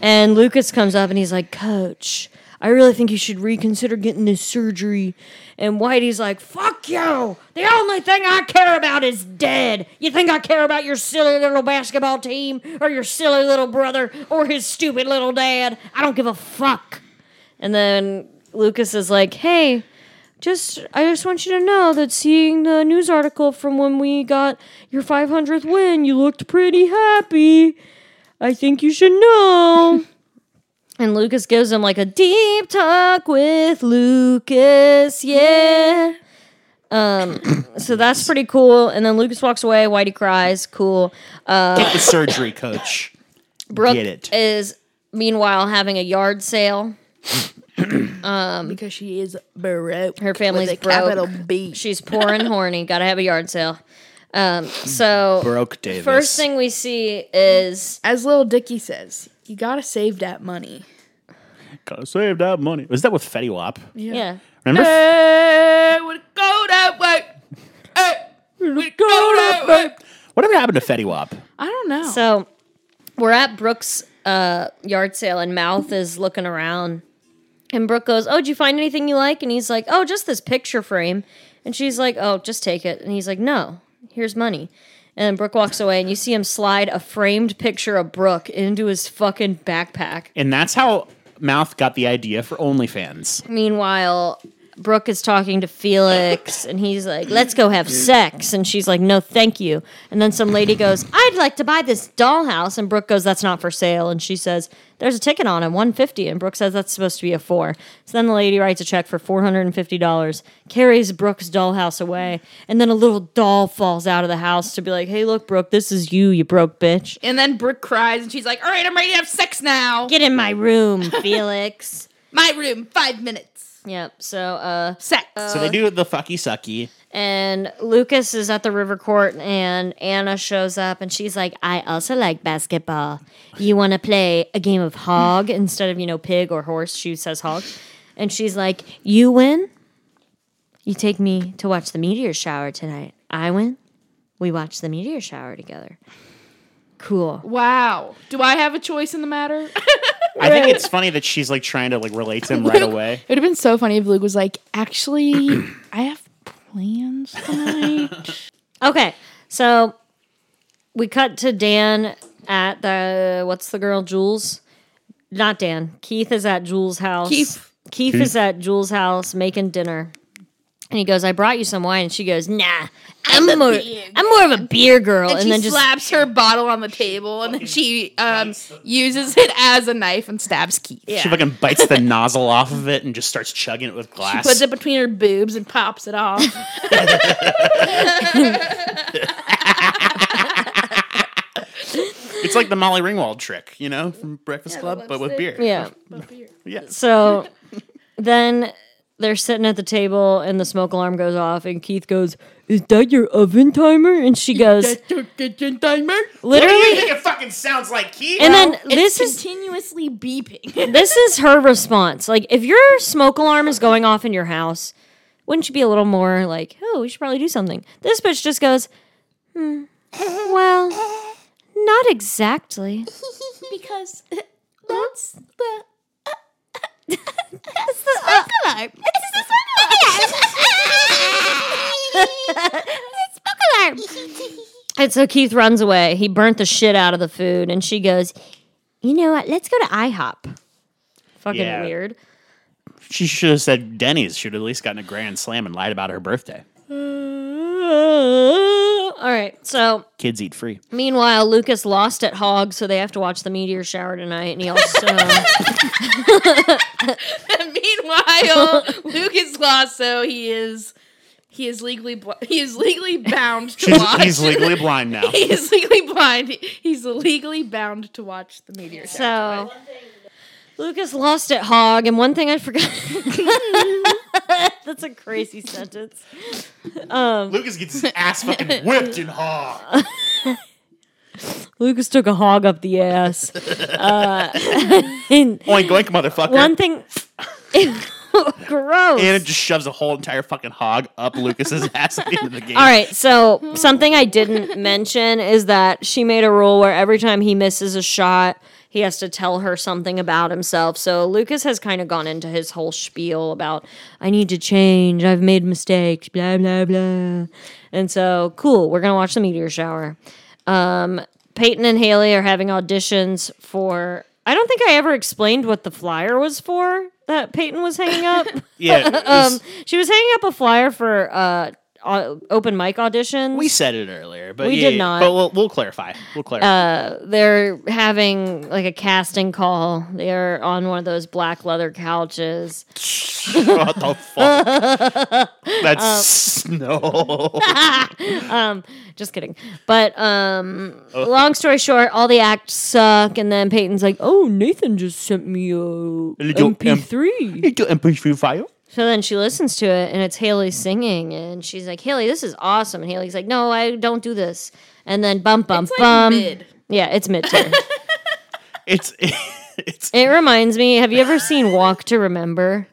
[SPEAKER 1] And Lucas comes up and he's like, Coach, I really think you should reconsider getting this surgery. And Whitey's like, Fuck you! The only thing I care about is dead. You think I care about your silly little basketball team or your silly little brother or his stupid little dad? I don't give a fuck. And then Lucas is like, "Hey, just I just want you to know that seeing the news article from when we got your 500th win, you looked pretty happy. I think you should know." and Lucas gives him like a deep talk with Lucas. Yeah. Um, so that's pretty cool. And then Lucas walks away. Whitey cries. Cool.
[SPEAKER 3] Get the surgery, coach.
[SPEAKER 1] Brooke
[SPEAKER 3] Get it.
[SPEAKER 1] is meanwhile having a yard sale.
[SPEAKER 3] Um,
[SPEAKER 2] because she is broke.
[SPEAKER 1] Her family's
[SPEAKER 2] with a
[SPEAKER 1] broke.
[SPEAKER 2] Capital B.
[SPEAKER 1] She's poor and horny. Gotta have a yard sale. Um, so
[SPEAKER 3] Broke Davis.
[SPEAKER 1] first thing we see is
[SPEAKER 2] As little Dicky says, you gotta save that money.
[SPEAKER 3] Gotta save that money. Was that with Fetty Wap?
[SPEAKER 1] yeah.
[SPEAKER 3] Remember?
[SPEAKER 2] Hey, would it go that way? Hey, would it go that way?
[SPEAKER 3] Whatever happened to Fetty Wap?
[SPEAKER 2] I don't know.
[SPEAKER 1] So we're at Brooks' uh, yard sale, and Mouth is looking around, And Brooke goes, Oh, did you find anything you like? And he's like, Oh, just this picture frame. And she's like, Oh, just take it. And he's like, No, here's money. And Brooke walks away, and you see him slide a framed picture of Brooke into his fucking backpack.
[SPEAKER 3] And that's how Mouth got the idea for OnlyFans.
[SPEAKER 1] Meanwhile, Brooke is talking to Felix, and he's like, Let's go have sex. And she's like, No, thank you. And then some lady goes, I'd like to buy this dollhouse. And Brooke goes, That's not for sale. And she says, There's a ticket on it, 150 And Brooke says, That's supposed to be a four. So then the lady writes a check for $450, carries Brooke's dollhouse away, and then a little doll falls out of the house to be like, Hey, look, Brooke, this is you, you broke bitch.
[SPEAKER 2] And then Brooke cries and she's like, all right, I'm ready to have sex now.
[SPEAKER 1] Get in my room, Felix.
[SPEAKER 2] My room, five minutes.
[SPEAKER 1] Yep. So, uh,
[SPEAKER 2] Sex.
[SPEAKER 3] So they do the fucky sucky.
[SPEAKER 1] and Lucas is at the river court and Anna shows up and she's like, I also like basketball. You want to play a game of hog instead of, you know, pig or horse? She says hog. And she's like, You win? You take me to watch the meteor shower tonight. I win? We watch the meteor shower together. Cool.
[SPEAKER 2] wow. Do I have a choice in the matter?
[SPEAKER 3] I think it's funny that she's like trying to like relate to him right away.
[SPEAKER 2] It would have been so funny if Luke was like, actually, I have plans tonight.
[SPEAKER 1] Okay. So we cut to Dan at the, what's the girl, Jules? Not Dan. Keith is at Jules' house.
[SPEAKER 2] Keith.
[SPEAKER 1] Keith is at Jules' house making dinner. And he goes, I brought you some wine. And she goes, Nah, I'm, more, I'm more of a beer girl. And,
[SPEAKER 2] she
[SPEAKER 1] then just
[SPEAKER 2] slaps her bottle on the table and then she um, uses it as a knife and stabs Keith.
[SPEAKER 3] She fucking bites the nozzle off of it and just starts chugging it with glass.
[SPEAKER 2] Puts it between her boobs and pops it off.
[SPEAKER 3] It's like the Molly Ringwald trick, you know, from Breakfast Club, but with beer.
[SPEAKER 1] yeah. So then they're sitting at the table and the smoke alarm goes off. And Keith goes, Is that your oven timer? And she goes,
[SPEAKER 3] You
[SPEAKER 1] Literally.
[SPEAKER 3] think it fucking sounds like Keith?
[SPEAKER 1] And then this is
[SPEAKER 2] continuously beeping.
[SPEAKER 1] this is her response. Like, if your smoke alarm is going off in your house, wouldn't you be a little more like, oh, we should probably do something? This bitch just goes, hmm, well, not exactly.
[SPEAKER 2] because that's the uh,
[SPEAKER 1] uh, And so Keith runs away. He burnt the shit out of the food, and she goes, you know what? Let's go to IHOP. Fucking
[SPEAKER 3] Yeah.
[SPEAKER 1] weird.
[SPEAKER 3] She should have said Denny's. Should have at least gotten a grand slam and lied about her birthday.
[SPEAKER 1] all right, so
[SPEAKER 3] Kids eat free.
[SPEAKER 1] Meanwhile, Lucas lost at Hog, so they have to watch the meteor shower tonight. And he also,
[SPEAKER 2] Meanwhile, Luke is lost, so he is he is legally bl- he is legally bound to
[SPEAKER 3] She's,
[SPEAKER 2] watch.
[SPEAKER 3] he's legally blind now.
[SPEAKER 2] he is legally blind. He's legally bound to watch the meteor. shower.
[SPEAKER 1] so Lucas lost at Hog. And one thing I forgot. That's a crazy sentence.
[SPEAKER 3] Lucas gets his ass fucking whipped and hog.
[SPEAKER 1] Lucas took a hog up the ass. Uh, and
[SPEAKER 3] Oink oink, motherfucker.
[SPEAKER 1] one thing, gross.
[SPEAKER 3] and it just shoves a whole entire fucking hog up Lucas's ass at the end of the game.
[SPEAKER 1] All right, so something I didn't mention is that she made a rule where every time he misses a shot, he has to tell her something about himself. So Lucas has kind of gone into his whole spiel about I need to change, I've made mistakes, blah blah blah. And so, cool, we're going to watch the meteor shower. Um Peyton and Haley are having auditions for I don't think I ever explained what the flyer was for that Peyton was hanging up.
[SPEAKER 3] Yeah. it was-
[SPEAKER 1] Um, she was hanging up a flyer for uh, au- open mic auditions.
[SPEAKER 3] we said it earlier, but
[SPEAKER 1] We
[SPEAKER 3] yeah,
[SPEAKER 1] did not. Uh,
[SPEAKER 3] But we'll, we'll clarify. We'll clarify.
[SPEAKER 1] They're having like a casting call. They're on one of those black leather couches.
[SPEAKER 3] what the fuck? That's
[SPEAKER 1] Um,
[SPEAKER 3] snow.
[SPEAKER 1] Just kidding. But um, long story short, all the acts suck. And then Peyton's like, "Oh, Nathan just sent me a
[SPEAKER 3] little
[SPEAKER 1] MP3."
[SPEAKER 3] Into MP3 file.
[SPEAKER 1] So then she listens to it, and it's Haley singing, and she's like, "Haley, this is awesome." And Haley's like, "No, I don't do this." And then bum bum
[SPEAKER 2] It's like
[SPEAKER 1] bum.
[SPEAKER 2] mid.
[SPEAKER 1] Yeah, it's mid tier.
[SPEAKER 3] It's it's
[SPEAKER 1] It reminds me. Have you ever seen Walk to Remember?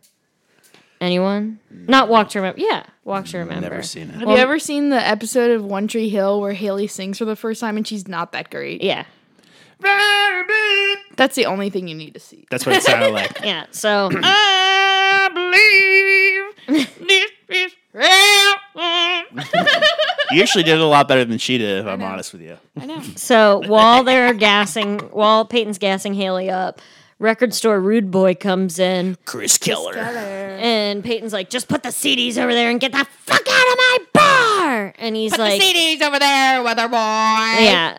[SPEAKER 1] Anyone? Not Walk to Remember. Yeah, Walk to Remember.
[SPEAKER 3] never seen it.
[SPEAKER 2] Have you ever seen the episode of One Tree Hill where Haley sings for the first time and she's not that great?
[SPEAKER 1] Yeah.
[SPEAKER 2] That's the only thing you need to see.
[SPEAKER 3] That's what it sounded like.
[SPEAKER 1] Yeah, so
[SPEAKER 3] You actually did it a lot better than she did, if I'm honest with you.
[SPEAKER 2] I know.
[SPEAKER 1] so while they're gassing, while Peyton's gassing Haley up, record store rude boy comes in,
[SPEAKER 3] Chris Keller.
[SPEAKER 1] and Peyton's like, "Just put the CDs over there and get the fuck out of my bar." And he's like,
[SPEAKER 2] CDs over there, weather boy.
[SPEAKER 1] "Yeah."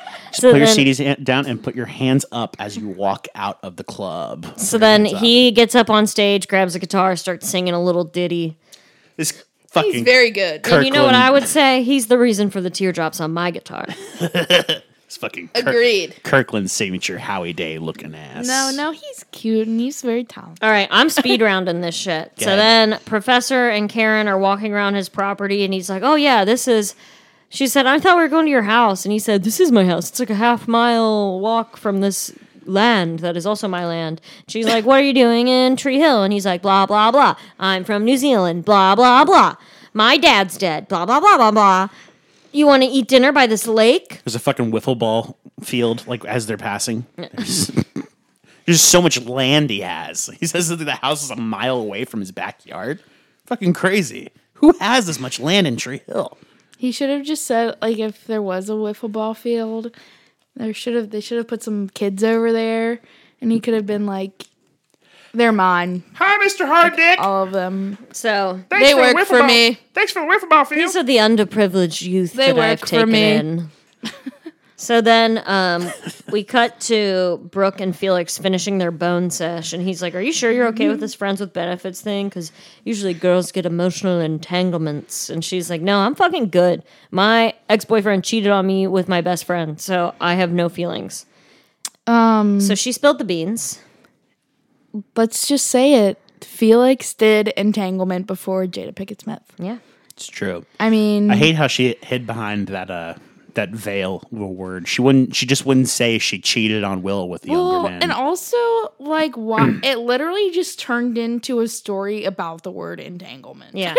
[SPEAKER 1] so
[SPEAKER 3] Put your
[SPEAKER 1] then-
[SPEAKER 3] CDs in- down and put your hands up as you walk out of the club.
[SPEAKER 1] So then he gets up on stage, grabs a guitar, starts singing a little ditty.
[SPEAKER 3] This fucking
[SPEAKER 2] He's very good.
[SPEAKER 3] Kirkland,
[SPEAKER 1] You know what I would say? He's the reason for the teardrops on my guitar.
[SPEAKER 3] this fucking Kirk-
[SPEAKER 2] Agreed.
[SPEAKER 3] Kirkland signature Howie Day looking ass.
[SPEAKER 2] No, no, he's cute and he's very talented.
[SPEAKER 1] All right, I'm speed rounding this shit. So
[SPEAKER 3] Okay.
[SPEAKER 1] then Professor and Karen are walking around his property, and he's like, "Oh yeah, this is." She said, "I thought we were going to your house," and he said, "This is my house. It's like a half mile walk from this." Land that is also my land. She's like, What are you doing in Tree Hill? And he's like, Blah, blah, blah. I'm from New Zealand. Blah, blah, blah. My dad's dead. Blah, blah, blah, blah, blah. You want to eat dinner by this lake?
[SPEAKER 3] There's a fucking wiffle ball field like as they're passing. There's, there's so much land he has. He says that the house is a mile away from his backyard. Fucking crazy. Who has this much land in Tree Hill?
[SPEAKER 2] He should have just said like if there was a wiffle ball field, there should have they should have put some kids over there, and he could have been like, "They're mine,
[SPEAKER 7] Hi, Mr. Harddick.
[SPEAKER 2] all of them.
[SPEAKER 1] So
[SPEAKER 2] Oh, they work for me."
[SPEAKER 7] Thanks for the wiffle ball field.
[SPEAKER 1] These are the underprivileged youth
[SPEAKER 2] They
[SPEAKER 1] that
[SPEAKER 2] work
[SPEAKER 1] I've
[SPEAKER 2] for
[SPEAKER 1] taken
[SPEAKER 2] me.
[SPEAKER 1] in. so then um, we cut to Brooke and Felix finishing their bone sesh, and he's like, "Are you sure you're okay
[SPEAKER 2] Mm-hmm.
[SPEAKER 1] with this friends with benefits thing? Because usually girls get emotional entanglements." And she's like, "No, I'm fucking good. My ex boyfriend cheated on me with my best friend, so I have no feelings." Um. So she spilled the beans.
[SPEAKER 2] Let's just say it. Felix did entanglement before Jada Pickett Smith.
[SPEAKER 1] Yeah.
[SPEAKER 3] It's true.
[SPEAKER 2] I mean,
[SPEAKER 3] I hate how she hid behind that uh that veil of a word. She wouldn't she just wouldn't say she cheated on Will with the
[SPEAKER 2] Well,
[SPEAKER 3] younger man.
[SPEAKER 2] and also like why it literally just turned into a story about the word entanglement.
[SPEAKER 1] Yeah.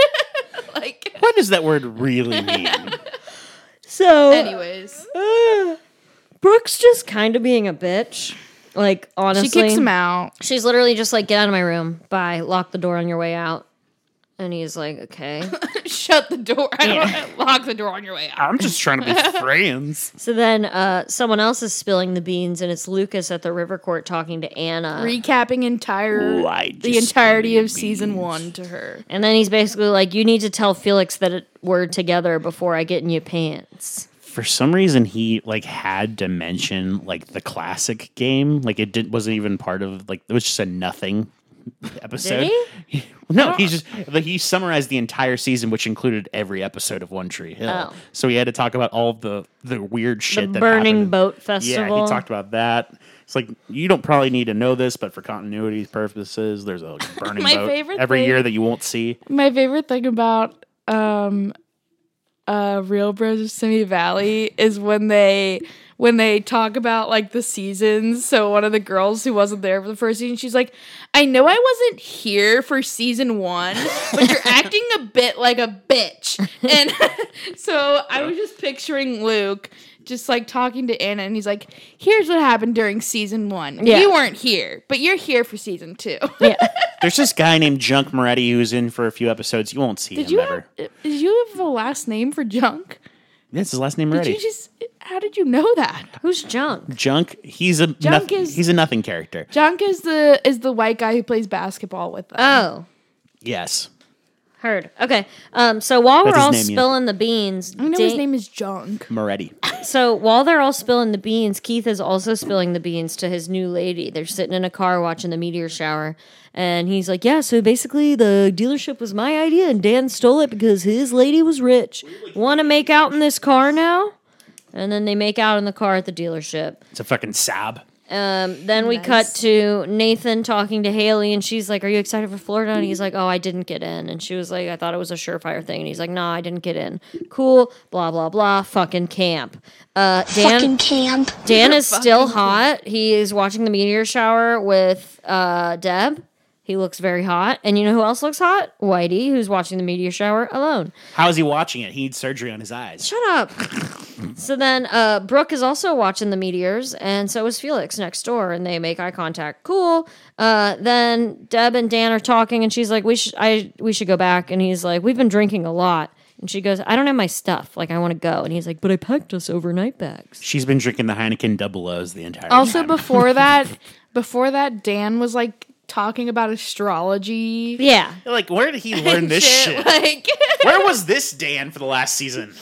[SPEAKER 2] Like
[SPEAKER 3] what does that word really mean?
[SPEAKER 1] so uh,
[SPEAKER 2] anyways,
[SPEAKER 1] Brooke's just kind of being a bitch. Like honestly,
[SPEAKER 2] she kicks him out.
[SPEAKER 1] she's literally just like, get out of my room. Bye. Lock the door on your way out. And he's like, okay.
[SPEAKER 2] Shut the door. I don't lock the door on your way out.
[SPEAKER 3] I'm just trying to be friends.
[SPEAKER 1] so then uh, someone else is spilling the beans, and it's Lucas at the river court talking to Anna.
[SPEAKER 2] Recapping entire
[SPEAKER 3] I
[SPEAKER 2] the
[SPEAKER 3] just
[SPEAKER 2] entirety of season one to her.
[SPEAKER 1] and then he's basically like, you need to tell Felix that it, we're together before I get in your pants.
[SPEAKER 3] For some reason he like had to mention like the classic game. Like it didn't wasn't even part of like it was just a nothing episode.
[SPEAKER 1] he?
[SPEAKER 2] Oh.
[SPEAKER 3] No, he just like, he summarized the entire season, which included every episode of One Tree Hill.
[SPEAKER 1] Oh.
[SPEAKER 3] So he had to talk about all the the weird shit that
[SPEAKER 1] Burning
[SPEAKER 3] happened.
[SPEAKER 1] Boat Festival.
[SPEAKER 3] Yeah, he talked about that. It's like you don't probably need to know this, but for continuity purposes, there's a burning
[SPEAKER 2] My
[SPEAKER 3] boat
[SPEAKER 2] favorite
[SPEAKER 3] every
[SPEAKER 2] thing-
[SPEAKER 3] year that you won't see.
[SPEAKER 2] My favorite thing about um uh Real Bros of Simi Valley is when they when they talk about like the seasons. So one of the girls who wasn't there for the first season, she's like, I know I wasn't here for season one, but you're acting a bit like a bitch. And so I was just picturing Luke just like talking to Anna and he's like, Here's what happened during season one.
[SPEAKER 1] Yeah.
[SPEAKER 2] You weren't here, but you're here for season two.
[SPEAKER 3] There's this guy named Junk Moretti who's in for a few episodes. You won't see
[SPEAKER 2] Did
[SPEAKER 3] him
[SPEAKER 2] you have, uh,
[SPEAKER 3] ever.
[SPEAKER 2] did you have a last name for junk?
[SPEAKER 3] That's his last name
[SPEAKER 2] Did
[SPEAKER 3] Moretti.
[SPEAKER 2] you just? How did you know that?
[SPEAKER 1] Who's Junk?
[SPEAKER 3] Junk. He's a nothing,
[SPEAKER 2] is-
[SPEAKER 3] he's a nothing character.
[SPEAKER 2] Junk is the is the white guy who plays basketball with them.
[SPEAKER 1] Oh,
[SPEAKER 3] Yes.
[SPEAKER 1] heard. Okay. Um, so while we're
[SPEAKER 3] That's his
[SPEAKER 1] all
[SPEAKER 3] name, yeah.
[SPEAKER 1] spilling the beans,
[SPEAKER 2] I know his
[SPEAKER 1] Dan-
[SPEAKER 2] name is Junk.
[SPEAKER 3] Moretti.
[SPEAKER 1] So while they're all spilling the beans, Keith is also spilling the beans to his new lady. They're sitting in a car watching the meteor shower. And he's like, Yeah, so basically the dealership was my idea and Dan stole it because his lady was rich. Want to make out in this car now? And then they make out in the car at the dealership.
[SPEAKER 3] It's a fucking sab.
[SPEAKER 1] Um, then we cut to Nathan talking to Haley, and she's like, "Are you excited for Florida?" And he's like, "Oh, I didn't get in." And she was like, "I thought it was a surefire thing." And he's like, "No, I didn't get in." Cool. Blah blah blah. Fucking camp. Uh, Dan.
[SPEAKER 8] fucking camp.
[SPEAKER 1] Dan is still hot. He is watching the meteor shower with uh, Deb. He looks very hot. And you know who else looks hot? Whitey, who's watching the meteor shower alone.
[SPEAKER 3] How is he watching it? He needs surgery on his eyes.
[SPEAKER 1] Shut up. So then uh, Brooke is also watching the meteors, and so is Felix next door, and they make eye contact. Cool. Uh, then Deb and Dan are talking, and she's like, "We should, I, we should go back." And he's like, "We've been drinking a lot." And she goes, "I don't have my stuff. Like, I want to go." And he's like, "But I packed us overnight bags."
[SPEAKER 3] She's been drinking the Heineken double O's the entire
[SPEAKER 2] Also,
[SPEAKER 3] time.
[SPEAKER 2] before that, before that, Dan was like talking about astrology.
[SPEAKER 1] Yeah,
[SPEAKER 3] like, where did he learn this shit?
[SPEAKER 2] Like,
[SPEAKER 3] Where was this Dan for the last season?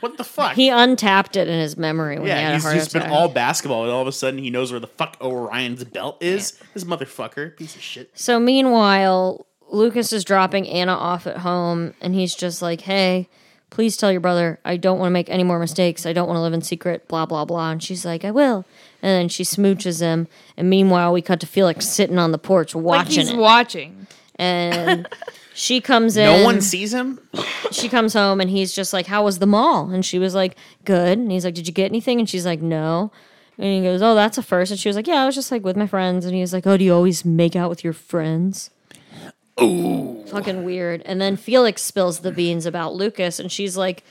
[SPEAKER 3] What the fuck?
[SPEAKER 1] he untapped it in his memory when he had
[SPEAKER 3] yeah,
[SPEAKER 1] a
[SPEAKER 3] he's
[SPEAKER 1] heart
[SPEAKER 3] just been
[SPEAKER 1] attack.
[SPEAKER 3] all basketball, and all of a sudden he knows where the fuck Orion's belt is. This motherfucker, piece of shit.
[SPEAKER 1] So meanwhile, Lucas is dropping Anna off at home, and he's just like, "Hey, please tell your brother I don't want to make any more mistakes. I don't want to live in secret. Blah blah blah." And she's like, "I will." And then she smooches him. And meanwhile, we cut to Felix sitting on the porch
[SPEAKER 2] like
[SPEAKER 1] watching
[SPEAKER 2] he's
[SPEAKER 1] it.
[SPEAKER 2] watching.
[SPEAKER 1] and she comes in.
[SPEAKER 3] No one sees him.
[SPEAKER 1] she comes home, and he's just like, "How was the mall?" And she was like, "Good." And he's like, "Did you get anything?" And she's like, "No." And he goes, "Oh, that's a first. And she was like, "Yeah, I was just like with my friends." And he's like, "Oh, do you always make out with your friends?" fucking weird. And then Felix spills the beans about Lucas, and she's like,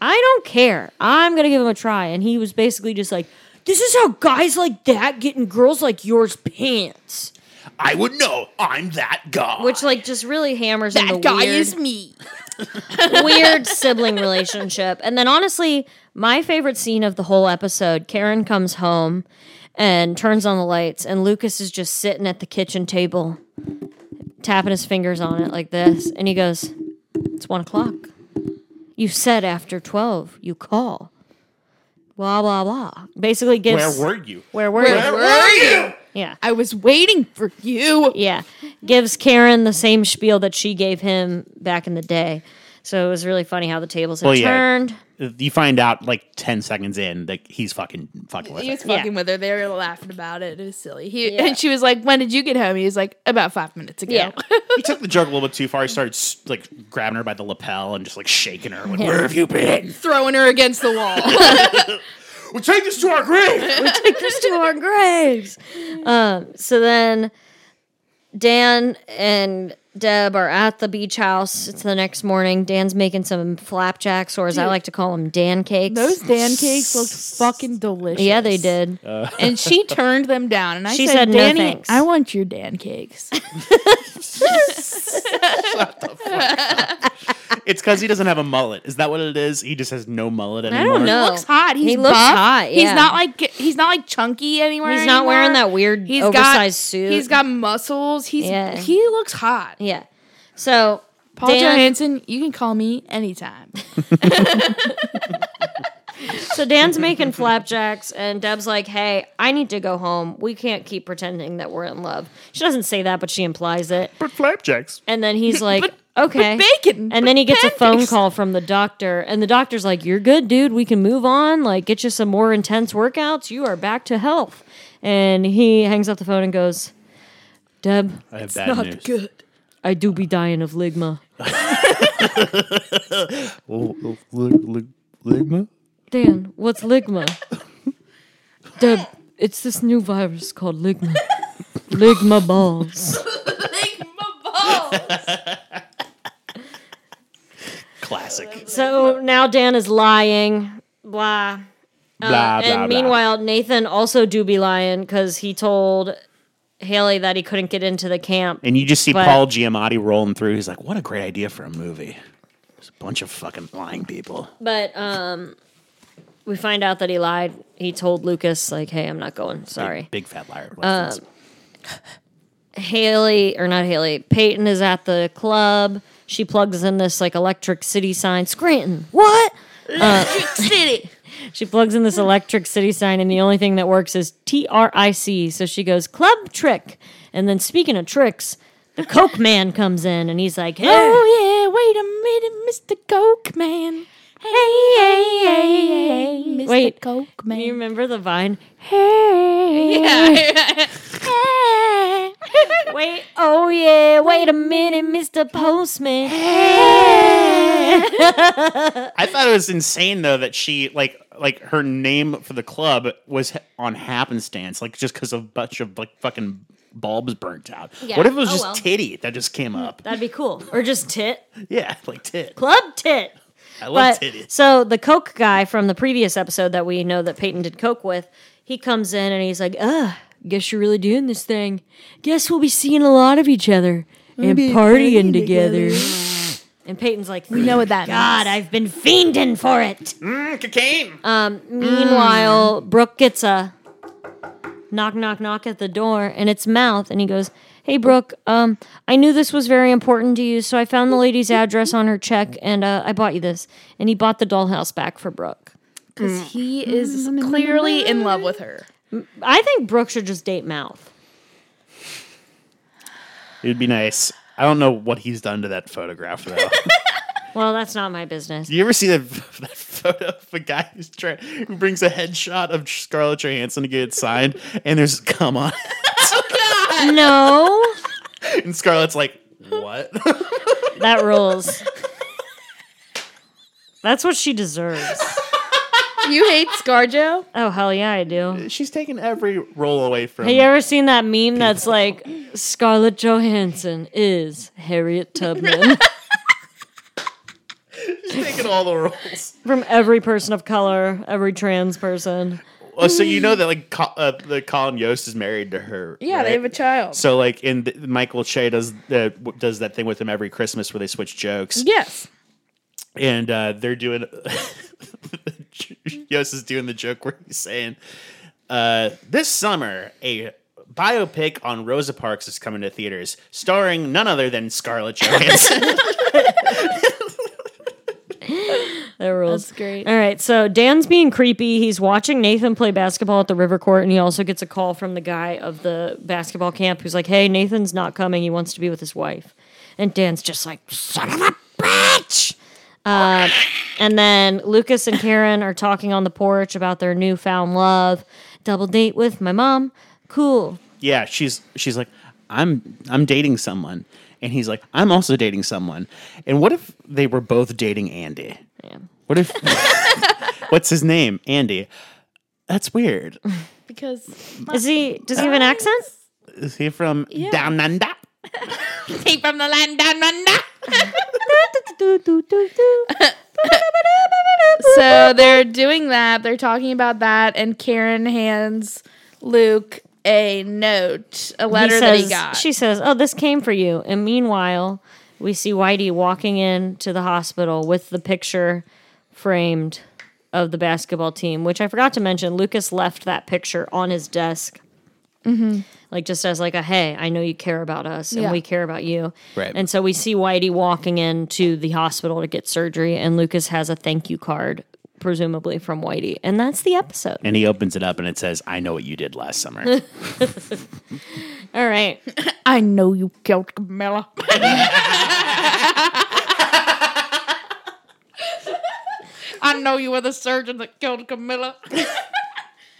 [SPEAKER 1] I don't care. I'm going to give him a try. And he was basically just like, This is how guys like that get in girls like yours pants.
[SPEAKER 3] I would know. I'm that guy.
[SPEAKER 1] Which, like, just really hammers in the
[SPEAKER 2] That guy
[SPEAKER 1] weird,
[SPEAKER 2] is me.
[SPEAKER 1] weird sibling relationship. And then, honestly, my favorite scene of the whole episode Karen comes home and turns on the lights, and Lucas is just sitting at the kitchen table, tapping his fingers on it like this. And he goes, It's one o'clock. You said after 12, you call. Blah, blah, blah. Basically
[SPEAKER 3] where
[SPEAKER 1] gives.
[SPEAKER 3] were you?
[SPEAKER 1] Where were you?
[SPEAKER 2] you?
[SPEAKER 1] Yeah.
[SPEAKER 2] I was waiting for you.
[SPEAKER 1] Yeah. Gives Karen the same spiel that she gave him back in the day. So it was really funny how the tables had
[SPEAKER 3] Well, yeah.
[SPEAKER 1] turned.
[SPEAKER 3] You find out like ten seconds in that he's fucking fucking with
[SPEAKER 2] He
[SPEAKER 3] her.
[SPEAKER 2] was fucking with her. They were laughing about it. It was silly. He, And she was like, When did you get home? He was like, About five minutes ago.
[SPEAKER 1] Yeah.
[SPEAKER 3] He took the joke a little bit too far. He started s- like grabbing her by the lapel and just like shaking her. Like, Where have you been?
[SPEAKER 2] Throwing her against the wall.
[SPEAKER 3] Well, take this to our grave.
[SPEAKER 1] Just to our graves. Um, so then Dan and Deb are at the beach house. It's the next morning. Dan's making some flapjacks, or as I like to call them, Dan cakes.
[SPEAKER 2] Those Dan cakes looked fucking delicious.
[SPEAKER 1] yeah, they did.
[SPEAKER 2] And she turned them down. And I
[SPEAKER 1] She
[SPEAKER 2] said,
[SPEAKER 1] said, "No
[SPEAKER 2] Danny,
[SPEAKER 1] thanks."
[SPEAKER 2] I want your Dan cakes.
[SPEAKER 3] it's because he doesn't have a mullet. Is that what it is? He just has no mullet anymore.
[SPEAKER 1] I don't know.
[SPEAKER 2] looks hot. He's
[SPEAKER 1] he looks
[SPEAKER 2] buff.
[SPEAKER 1] hot.
[SPEAKER 2] He's
[SPEAKER 1] yeah.
[SPEAKER 2] not like he's not like chunky anywhere.
[SPEAKER 1] He's not wearing
[SPEAKER 2] anymore.
[SPEAKER 1] that weird
[SPEAKER 2] He's got,
[SPEAKER 1] oversized suit.
[SPEAKER 2] He's got muscles. He's
[SPEAKER 1] Yeah.
[SPEAKER 2] he looks hot.
[SPEAKER 1] yeah. So
[SPEAKER 2] Paul
[SPEAKER 1] Dan-
[SPEAKER 2] Johansson, you can call me anytime.
[SPEAKER 1] So Dan's making flapjacks, and Deb's like, "Hey, I need to go home. We can't keep pretending that we're in love." She doesn't say that, but she implies it.
[SPEAKER 3] But flapjacks.
[SPEAKER 1] And then he's like,
[SPEAKER 2] but
[SPEAKER 1] "Okay,
[SPEAKER 2] bacon,
[SPEAKER 1] And then he
[SPEAKER 2] but
[SPEAKER 1] gets a phone
[SPEAKER 2] pancakes.
[SPEAKER 1] call from the doctor, and the doctor's like, "You're good, dude. We can move on. Like, get you some more intense workouts. You are back to health." And he hangs up the phone and goes, "Deb,
[SPEAKER 3] I have
[SPEAKER 1] Oh,
[SPEAKER 3] bad news.
[SPEAKER 2] good.
[SPEAKER 1] I do be dying of ligma."
[SPEAKER 3] Oh,
[SPEAKER 7] Ligma?
[SPEAKER 1] Dan, what's ligma? Deb, it's this new virus called ligma. Ligma balls.
[SPEAKER 3] Classic.
[SPEAKER 1] So now Dan is lying. Blah.
[SPEAKER 3] blah blah. blah.
[SPEAKER 1] and meanwhile, Nathan also do be lying because he told Haley that he couldn't get into the camp.
[SPEAKER 3] And you just see
[SPEAKER 1] But-
[SPEAKER 3] Paul Giamatti rolling through. He's like, "What a great idea for a movie." There's a bunch of fucking lying people.
[SPEAKER 1] But um, we find out that he lied. He told Lucas, like, hey, I'm not going. Sorry. Um,
[SPEAKER 3] Big fat liar. reference.
[SPEAKER 1] Haley, or not Haley, Peyton is at the club. She plugs in this like electric city sign. Scranton, what? Uh,
[SPEAKER 2] City.
[SPEAKER 1] She plugs in this electric city sign, and the only thing that works is T R I C. So she goes, Club trick. And then, speaking of tricks, the Coke man comes in and he's like, Hey,
[SPEAKER 2] Oh yeah, wait a minute, Mr. Coke Man. Hey, hey, hey, hey, Mr.
[SPEAKER 1] Wait,
[SPEAKER 2] Coke
[SPEAKER 1] do
[SPEAKER 2] Man.
[SPEAKER 1] you remember the vine?
[SPEAKER 2] Hey.
[SPEAKER 1] Wait, oh yeah, wait a minute, Mr. Postman.
[SPEAKER 3] I thought it was insane though that she like like her name for the club was h- on happenstance, like just because a bunch of like fucking bulbs burnt out.
[SPEAKER 1] Yeah.
[SPEAKER 3] What if it was
[SPEAKER 1] Oh,
[SPEAKER 3] just
[SPEAKER 1] well. Mm,
[SPEAKER 3] titty that just came up?
[SPEAKER 1] That'd be cool. Or just tit.
[SPEAKER 3] yeah, like tit.
[SPEAKER 1] Club tit.
[SPEAKER 3] I love
[SPEAKER 1] But
[SPEAKER 3] titties.
[SPEAKER 1] so the Coke guy from the previous episode that we know that Peyton did Coke with, he comes in and he's like, "Uh, guess you're really doing this thing. Guess we'll be seeing a lot of each other and partying together." and Peyton's like, "We
[SPEAKER 2] know what that
[SPEAKER 1] God,
[SPEAKER 2] means."
[SPEAKER 1] I've been fiending for it."
[SPEAKER 3] cocaine.
[SPEAKER 1] Uh, Meanwhile, Brooke gets a knock, knock, knock at the door, and it's Mouth, and he goes, "Hey, Brooke, um, I knew this was very important to you, so I found the lady's address on her check, and uh, I bought you this." And he bought the dollhouse back for Brooke.
[SPEAKER 2] Because he is clearly in love with her.
[SPEAKER 1] I think Brooke should just date Mouth.
[SPEAKER 3] It'd be nice. I don't know what he's done to that photograph though.
[SPEAKER 1] Well, that's not my business.
[SPEAKER 3] Do you ever see that, that photo of a guy who's trying, who brings a headshot of Scarlett Johansson to get it signed, and there's come on,
[SPEAKER 1] No,
[SPEAKER 3] and Scarlett's like, "What?"
[SPEAKER 1] that rules. That's what she deserves.
[SPEAKER 2] You hate ScarJo?
[SPEAKER 1] Oh hell yeah, I do.
[SPEAKER 3] She's taking every role away from.
[SPEAKER 1] Have you ever seen that meme that's like Scarlett Johansson is Harriet Tubman
[SPEAKER 3] She's taking all the roles.
[SPEAKER 1] from every person of color, every trans person?
[SPEAKER 3] Oh, so you know that like Co- uh, the Colin Yost is married to her.
[SPEAKER 2] Yeah, they
[SPEAKER 3] right?
[SPEAKER 2] have a child.
[SPEAKER 3] So like, in the, Michael Che does uh, w- does that thing with him every Christmas where they switch jokes.
[SPEAKER 2] yes.
[SPEAKER 3] and uh, they're doing Yost is doing the joke where he's saying uh, this summer a biopic on Rosa Parks is coming to theaters starring none other than Scarlett Johansson.
[SPEAKER 1] That rules.
[SPEAKER 2] That's great.
[SPEAKER 1] All right, so Dan's being creepy. He's watching Nathan play basketball at the river court, and he also gets a call from the guy of the basketball camp who's like, Hey, Nathan's not coming. He wants to be with his wife. And Dan's just like, Son of a bitch. Uh, and then Lucas and Karen are talking on the porch about their newfound love. Double date with my mom. Cool.
[SPEAKER 3] yeah, she's she's like I'm I'm dating someone, and he's like I'm also dating someone. And what if they were both dating Andy? What if what's his name? Andy. That's weird.
[SPEAKER 2] Because
[SPEAKER 1] Is he, does he have an accent?
[SPEAKER 3] Is he from Down Under?
[SPEAKER 2] take from the land down under. so they're doing that. They're talking about that, and Karen hands Luke a note, a
[SPEAKER 1] He
[SPEAKER 2] letter that he
[SPEAKER 1] says-
[SPEAKER 2] got.
[SPEAKER 1] She says, "Oh, this came for you." And meanwhile, we see Whitey walking in to the hospital with the picture framed of the basketball team, which I forgot to mention. Lucas left that picture on his desk, like just as like a "Hey, I know you care about us, and
[SPEAKER 2] Mm-hmm. Yeah.
[SPEAKER 1] we care about you."
[SPEAKER 3] Right.
[SPEAKER 1] And so we see Whitey walking into the hospital to get surgery, and Lucas has a thank you card, presumably from Whitey, and that's the episode.
[SPEAKER 3] and he opens it up and it says, "I know what you did last summer."
[SPEAKER 1] All right.
[SPEAKER 2] I know you killed Camilla. I know you were the surgeon that killed Camilla.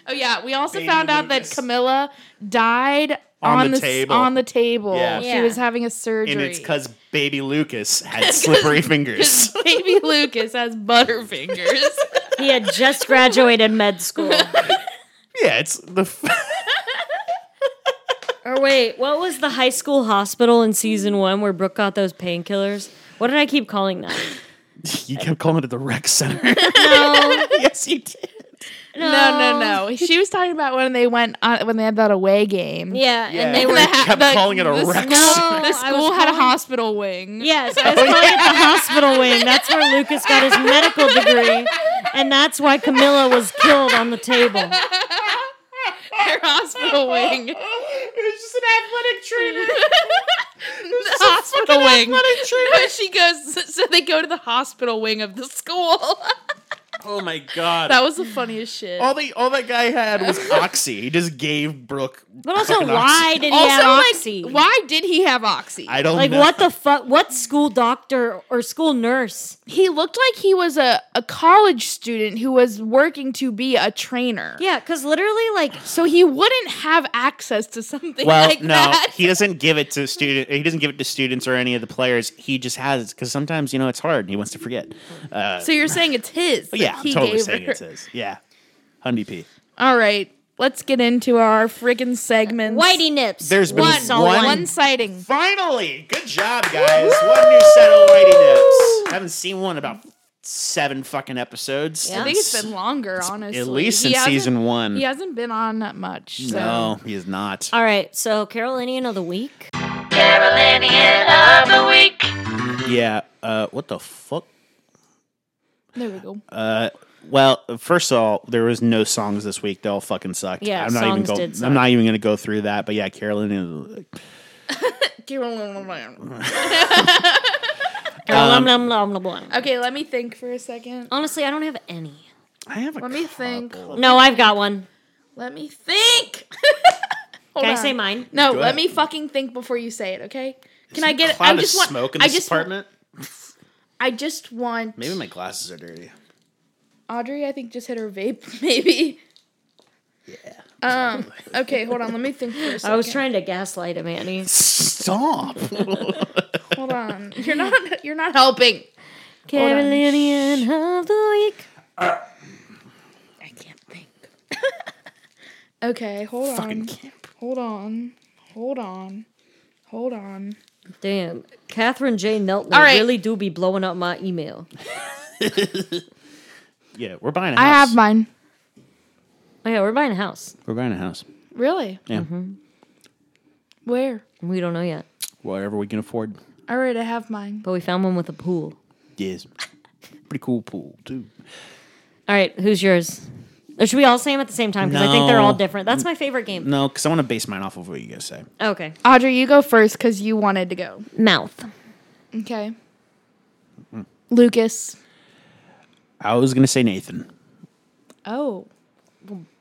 [SPEAKER 2] oh yeah, we also found out that Camilla died
[SPEAKER 3] On
[SPEAKER 2] on,
[SPEAKER 3] the
[SPEAKER 2] the, s-
[SPEAKER 3] table.
[SPEAKER 2] on the table.
[SPEAKER 3] Yeah.
[SPEAKER 2] She
[SPEAKER 1] Yeah.
[SPEAKER 2] was having a surgery.
[SPEAKER 3] and it's because baby Lucas had slippery fingers.
[SPEAKER 2] baby Lucas has butterfingers.
[SPEAKER 1] He had just graduated med school.
[SPEAKER 3] yeah, it's the f-
[SPEAKER 1] Or wait, what was the high school hospital in season one where Brooke got those painkillers? What did I keep calling that?
[SPEAKER 3] you kept calling it the rec center.
[SPEAKER 1] No,
[SPEAKER 3] yes, you did.
[SPEAKER 2] no, no, no. She was talking about when they went on when they had that away game.
[SPEAKER 1] yeah, and they
[SPEAKER 3] Yeah.
[SPEAKER 1] were.
[SPEAKER 2] The ha-
[SPEAKER 3] kept
[SPEAKER 2] the-
[SPEAKER 3] calling it a
[SPEAKER 2] the
[SPEAKER 3] rec
[SPEAKER 2] school-
[SPEAKER 1] No, I
[SPEAKER 2] The
[SPEAKER 1] was
[SPEAKER 2] school had a
[SPEAKER 1] calling-
[SPEAKER 2] hospital wing.
[SPEAKER 1] Yes, I was
[SPEAKER 3] Oh,
[SPEAKER 1] calling it the hospital wing. That's where Lucas got his medical degree, and that's why Camilla was killed on the table.
[SPEAKER 2] Their hospital wing. The
[SPEAKER 3] It's just an athletic trainer.
[SPEAKER 2] hospital wing. But she goes, so they go to the hospital wing of the school.
[SPEAKER 3] Oh my god.
[SPEAKER 2] that was the funniest shit.
[SPEAKER 3] all they all that guy had was oxy. He just gave Brooke.
[SPEAKER 1] But also,
[SPEAKER 3] fucking
[SPEAKER 1] why
[SPEAKER 3] Oxy.
[SPEAKER 1] did he
[SPEAKER 2] also,
[SPEAKER 1] have
[SPEAKER 2] like,
[SPEAKER 1] oxy?
[SPEAKER 2] why did he have oxy?
[SPEAKER 3] I don't
[SPEAKER 1] Like,
[SPEAKER 3] know.
[SPEAKER 1] what the fuck? What school doctor or school nurse?
[SPEAKER 2] he looked like he was a, a college student who was working to be a trainer.
[SPEAKER 1] Yeah, because literally, like,
[SPEAKER 2] So he wouldn't have access to something
[SPEAKER 3] Well,
[SPEAKER 2] like
[SPEAKER 3] no,
[SPEAKER 2] that.
[SPEAKER 3] he doesn't give it to student. He doesn't give it to students or any of the players. He just has because sometimes you know it's hard. and He wants to forget. Uh,
[SPEAKER 2] So you're saying it's his? that
[SPEAKER 3] yeah, I'm
[SPEAKER 2] he
[SPEAKER 3] totally
[SPEAKER 2] gave
[SPEAKER 3] saying
[SPEAKER 2] her.
[SPEAKER 3] it's his. Yeah, Hundy P.
[SPEAKER 2] All right, let's get into our friggin' segments.
[SPEAKER 1] whitey nips.
[SPEAKER 3] There's been
[SPEAKER 1] We saw
[SPEAKER 3] one-
[SPEAKER 2] one sighting.
[SPEAKER 3] Finally, good job, guys. One new set of whitey nips. Haven't seen one in about seven fucking episodes.
[SPEAKER 1] Yeah.
[SPEAKER 2] I think it's been longer, honestly.
[SPEAKER 3] at least
[SPEAKER 2] He
[SPEAKER 3] since
[SPEAKER 2] hasn't-
[SPEAKER 3] season one.
[SPEAKER 2] He hasn't been on that much. So.
[SPEAKER 3] No, he is not.
[SPEAKER 1] All right, so Carolinian of the week.
[SPEAKER 3] Um, Yeah. Uh, what the fuck?
[SPEAKER 2] There we go.
[SPEAKER 3] Well, first of all, there was no songs this week. They all fucking sucked.
[SPEAKER 1] Yeah,
[SPEAKER 3] I'm not
[SPEAKER 1] songs
[SPEAKER 3] even go-
[SPEAKER 1] did suck.
[SPEAKER 3] I'm not even going to go through that. But yeah, Carolyn.
[SPEAKER 1] Nom, nom, nom, nom, nom.
[SPEAKER 2] okay, let me think for a second.
[SPEAKER 1] Honestly, I don't have any.
[SPEAKER 3] I have a
[SPEAKER 2] Let me think.
[SPEAKER 1] No, I've got one.
[SPEAKER 2] Let me think. Hold
[SPEAKER 1] Can I
[SPEAKER 2] on.
[SPEAKER 1] say mine?
[SPEAKER 2] No,
[SPEAKER 3] Go
[SPEAKER 2] let
[SPEAKER 3] ahead.
[SPEAKER 2] me fucking think before you say it, okay? Can I get
[SPEAKER 3] cloud
[SPEAKER 2] I just
[SPEAKER 3] of
[SPEAKER 2] want
[SPEAKER 3] smoke in
[SPEAKER 2] I
[SPEAKER 3] this
[SPEAKER 2] just
[SPEAKER 3] apartment.
[SPEAKER 2] I just want
[SPEAKER 3] Maybe my glasses are dirty.
[SPEAKER 2] Audrey I think just hit her vape maybe. Yeah. Um okay, hold on, let me think for a second.
[SPEAKER 1] I was trying to gaslight him, Annie.
[SPEAKER 3] Stop.
[SPEAKER 2] Hold on. You're not you're not helping.
[SPEAKER 1] Carolinian of the week.
[SPEAKER 2] I can't think. okay, hold on. Hold on. Hold on. Hold on.
[SPEAKER 1] Damn, Catherine J. Nelton
[SPEAKER 2] All right.
[SPEAKER 1] really do be blowing up my email.
[SPEAKER 3] yeah, we're buying a
[SPEAKER 2] I
[SPEAKER 3] house.
[SPEAKER 2] have mine.
[SPEAKER 1] Oh yeah, we're buying a house.
[SPEAKER 3] We're buying a house.
[SPEAKER 2] Really?
[SPEAKER 3] Yeah.
[SPEAKER 2] Where?
[SPEAKER 1] We don't know yet,
[SPEAKER 3] Whatever we can afford.
[SPEAKER 2] All right, I have mine.
[SPEAKER 1] but we found one with a pool.
[SPEAKER 3] Yes. Pretty cool pool too.
[SPEAKER 1] All right, who's yours? Or should we all say them at the same time? Because I think they're
[SPEAKER 3] No.
[SPEAKER 1] all different. That's my favorite game.
[SPEAKER 3] No, because I want to base mine off of what you guys say.
[SPEAKER 1] Okay,
[SPEAKER 2] Audrey, you go first because you wanted to go.
[SPEAKER 1] mouth.
[SPEAKER 2] Okay.
[SPEAKER 3] Mm.
[SPEAKER 2] Lucas.
[SPEAKER 3] I was gonna say Nathan.
[SPEAKER 2] Oh.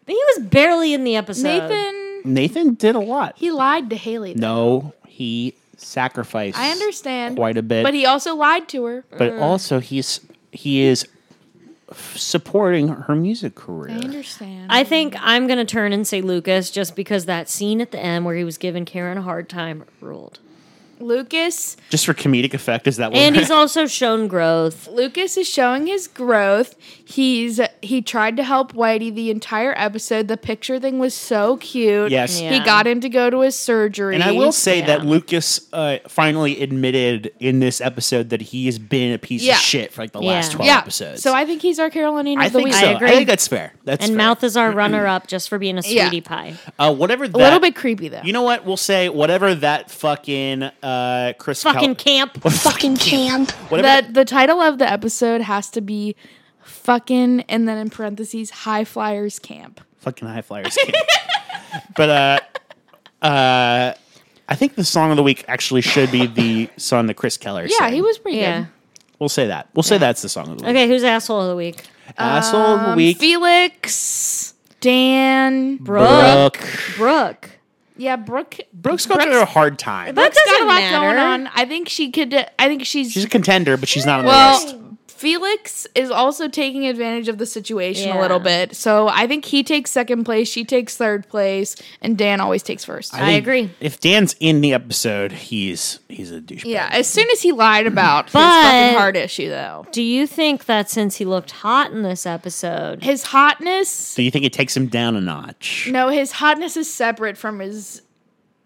[SPEAKER 1] He was barely in the episode.
[SPEAKER 2] Nathan.
[SPEAKER 3] Nathan did a lot.
[SPEAKER 2] He lied to Haley. though.
[SPEAKER 3] No, he sacrificed.
[SPEAKER 2] I understand.
[SPEAKER 3] quite a bit.
[SPEAKER 2] But he also lied to her.
[SPEAKER 3] but also he's he is f- supporting her music
[SPEAKER 2] I
[SPEAKER 3] career.
[SPEAKER 2] understand.
[SPEAKER 1] I think I'm gonna turn and say Lucas just because that scene at the end where he was giving Karen a hard time ruled.
[SPEAKER 2] Lucas.
[SPEAKER 3] Just for comedic effect, is that what?
[SPEAKER 1] And he's also shown growth.
[SPEAKER 2] Lucas is showing his growth. He's he tried to help Whitey the entire episode. The picture thing was so cute.
[SPEAKER 3] Yes.
[SPEAKER 1] Yeah.
[SPEAKER 2] He got him to go to his surgery.
[SPEAKER 3] And I will say that
[SPEAKER 1] Yeah.
[SPEAKER 3] Lucas uh, finally admitted in this episode that he has been a piece
[SPEAKER 2] Yeah.
[SPEAKER 3] of shit for like the
[SPEAKER 1] Yeah.
[SPEAKER 3] last twelve
[SPEAKER 2] Yeah.
[SPEAKER 3] episodes.
[SPEAKER 2] So I think he's our Carolinian
[SPEAKER 3] I
[SPEAKER 2] of the
[SPEAKER 3] think
[SPEAKER 2] week.
[SPEAKER 3] so.
[SPEAKER 1] I
[SPEAKER 3] I,
[SPEAKER 1] agree.
[SPEAKER 3] think that's fair. That's
[SPEAKER 1] And
[SPEAKER 3] fair.
[SPEAKER 1] mouth is our runner up just for being a
[SPEAKER 2] Yeah.
[SPEAKER 1] sweetie pie.
[SPEAKER 3] Uh, whatever. That,
[SPEAKER 2] A little bit creepy though.
[SPEAKER 3] You know what? We'll say whatever that fucking uh, Chris.
[SPEAKER 1] Fucking
[SPEAKER 3] Cal-
[SPEAKER 1] camp.
[SPEAKER 3] fucking camp. Whatever.
[SPEAKER 2] the the title of the episode has to be fucking and then in parentheses high flyers camp.
[SPEAKER 3] fucking high flyers camp. but uh, uh, I think the song of the week actually should be the song that Chris Keller.
[SPEAKER 2] Yeah,
[SPEAKER 3] sang.
[SPEAKER 2] he was pretty
[SPEAKER 1] Yeah.
[SPEAKER 2] good.
[SPEAKER 3] We'll say that. We'll say that's the song of the week.
[SPEAKER 1] Okay, who's asshole of the week?
[SPEAKER 3] Asshole of the week.
[SPEAKER 2] Felix, Dan,
[SPEAKER 1] Brooke.
[SPEAKER 3] Brooke.
[SPEAKER 1] Brooke.
[SPEAKER 2] yeah, Brooke.
[SPEAKER 3] Brooke's got through a hard time.
[SPEAKER 1] That
[SPEAKER 2] Brooke's got a
[SPEAKER 1] doesn't
[SPEAKER 2] lot
[SPEAKER 1] matter.
[SPEAKER 2] going on. I think she could. I think she's.
[SPEAKER 3] She's a contender, but she's not on the list.
[SPEAKER 2] well, Felix is also taking advantage of the situation
[SPEAKER 1] Yeah.
[SPEAKER 2] a little bit. So I think he takes second place, she takes third place, and Dan always takes first.
[SPEAKER 1] I agree.
[SPEAKER 3] If Dan's in the episode, he's he's a douchebag.
[SPEAKER 2] yeah, as soon as he lied about his
[SPEAKER 1] But-
[SPEAKER 2] fucking heart issue, though,
[SPEAKER 1] Do you think that since he looked hot in this episode,
[SPEAKER 2] his hotness
[SPEAKER 3] So you think it takes him down a notch?
[SPEAKER 2] No, his hotness is separate from his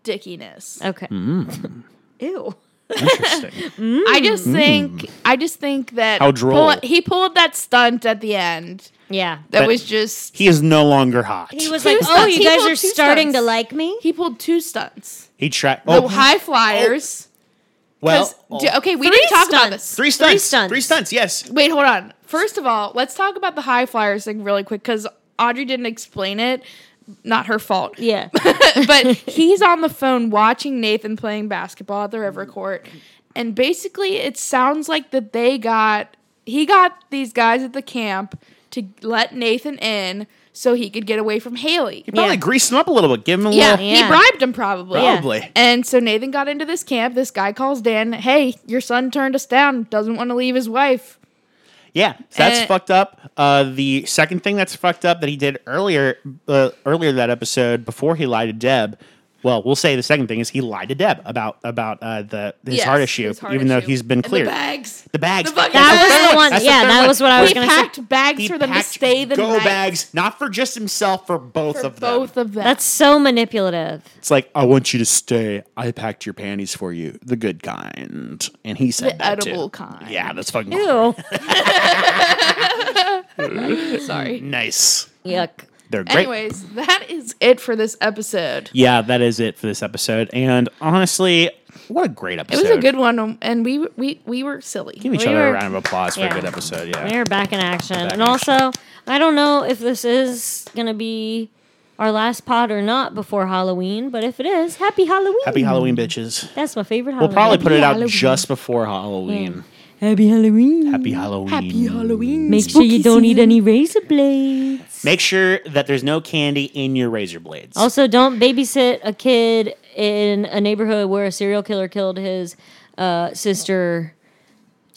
[SPEAKER 2] dickiness.
[SPEAKER 1] okay.
[SPEAKER 3] Mm-hmm.
[SPEAKER 1] Ew. Mm.
[SPEAKER 3] Interesting.
[SPEAKER 2] I just think I just think that
[SPEAKER 3] How droll.
[SPEAKER 2] pull- he pulled that stunt at the end
[SPEAKER 1] Yeah.
[SPEAKER 2] that
[SPEAKER 3] But-
[SPEAKER 2] was just
[SPEAKER 3] he is no longer hot.
[SPEAKER 1] He was
[SPEAKER 2] Two
[SPEAKER 1] like, "Oh,
[SPEAKER 2] stunts.
[SPEAKER 1] you
[SPEAKER 2] He
[SPEAKER 1] guys
[SPEAKER 2] pulled
[SPEAKER 1] are
[SPEAKER 2] two
[SPEAKER 1] starting to
[SPEAKER 2] stunts.
[SPEAKER 1] like me."
[SPEAKER 2] he pulled two stunts.
[SPEAKER 3] He tried.
[SPEAKER 2] The
[SPEAKER 3] Oh,
[SPEAKER 2] high
[SPEAKER 1] Oh.
[SPEAKER 2] flyers.
[SPEAKER 3] well,
[SPEAKER 2] 'cause-
[SPEAKER 3] oh,
[SPEAKER 2] d- okay, we didn't
[SPEAKER 1] Three
[SPEAKER 2] talk about this.
[SPEAKER 3] three stunts. Three
[SPEAKER 1] stunts.
[SPEAKER 3] stunts. Yes.
[SPEAKER 2] Wait, hold on. First of all, let's talk about the high flyers thing really quick because Audrey didn't explain it. Not her fault.
[SPEAKER 1] Yeah.
[SPEAKER 2] but he's on the phone watching Nathan playing basketball at the river court. And basically, it sounds like that they got, he got these guys at the camp to let Nathan in so he could get away from Haley.
[SPEAKER 3] Probably
[SPEAKER 1] Yeah.
[SPEAKER 3] grease him up a little bit. Give him a
[SPEAKER 2] Yeah,
[SPEAKER 3] little.
[SPEAKER 1] Yeah.
[SPEAKER 2] he bribed him probably.
[SPEAKER 1] Yeah.
[SPEAKER 3] Probably.
[SPEAKER 2] And so Nathan got into this camp. This guy calls Dan, hey, your son turned us down, doesn't want to leave his wife.
[SPEAKER 3] Yeah, so that's
[SPEAKER 2] Eh.
[SPEAKER 3] fucked up. Uh, the second thing that's fucked up that he did earlier, uh, earlier that episode before he lied to Deb, Well, we'll say the second thing is he lied to Deb about about uh, the his
[SPEAKER 2] Yes,
[SPEAKER 3] heart issue,
[SPEAKER 2] his heart
[SPEAKER 3] even though
[SPEAKER 2] issue.
[SPEAKER 3] he's been
[SPEAKER 2] And the
[SPEAKER 3] cleared.
[SPEAKER 2] bags.
[SPEAKER 3] The bags.
[SPEAKER 2] The fucking
[SPEAKER 3] That's
[SPEAKER 2] bags.
[SPEAKER 3] third
[SPEAKER 1] That was the one-
[SPEAKER 3] That's
[SPEAKER 1] yeah,
[SPEAKER 3] third
[SPEAKER 1] that was what I
[SPEAKER 3] He
[SPEAKER 1] was
[SPEAKER 2] He
[SPEAKER 1] gonna
[SPEAKER 2] packed
[SPEAKER 1] say-
[SPEAKER 2] bags
[SPEAKER 3] He
[SPEAKER 2] for them to
[SPEAKER 3] packed
[SPEAKER 2] stay the
[SPEAKER 3] go
[SPEAKER 2] night.
[SPEAKER 3] bags, not for just himself, for both
[SPEAKER 2] for
[SPEAKER 3] of them.
[SPEAKER 2] both of them.
[SPEAKER 1] That's so manipulative.
[SPEAKER 3] It's like I want you to stay. I packed your panties for you, the good kind. And he said
[SPEAKER 2] The
[SPEAKER 3] that
[SPEAKER 2] edible
[SPEAKER 3] too.
[SPEAKER 2] kind.
[SPEAKER 3] Yeah, that's fucking
[SPEAKER 1] Ew.
[SPEAKER 2] sorry.
[SPEAKER 3] nice.
[SPEAKER 1] Yuck.
[SPEAKER 3] They're great.
[SPEAKER 2] Anyways, that is it for this episode.
[SPEAKER 3] Yeah, that is it for this episode. And honestly, what a great
[SPEAKER 2] It
[SPEAKER 3] episode!
[SPEAKER 2] was a good one, um, and we we we were silly.
[SPEAKER 3] Give each
[SPEAKER 1] we
[SPEAKER 3] other
[SPEAKER 1] were-
[SPEAKER 3] a round of applause for
[SPEAKER 1] yeah.
[SPEAKER 3] a good episode. Yeah.
[SPEAKER 1] We're back in action.
[SPEAKER 3] in
[SPEAKER 1] and also, I don't know if this is going to be our last pod or not before Halloween, but if it is, happy Halloween.
[SPEAKER 3] Happy Halloween, bitches.
[SPEAKER 1] That's my favorite
[SPEAKER 3] We'll
[SPEAKER 1] Halloween.
[SPEAKER 3] probably put it out
[SPEAKER 2] Halloween.
[SPEAKER 3] just before Halloween.
[SPEAKER 1] Happy Halloween.
[SPEAKER 3] Happy Halloween.
[SPEAKER 2] Happy Halloween.
[SPEAKER 1] Make sure you don't eat any razor blades.
[SPEAKER 3] Make sure that there's no candy in your razor blades.
[SPEAKER 1] Also, don't babysit a kid in a neighborhood where a serial killer killed his uh, sister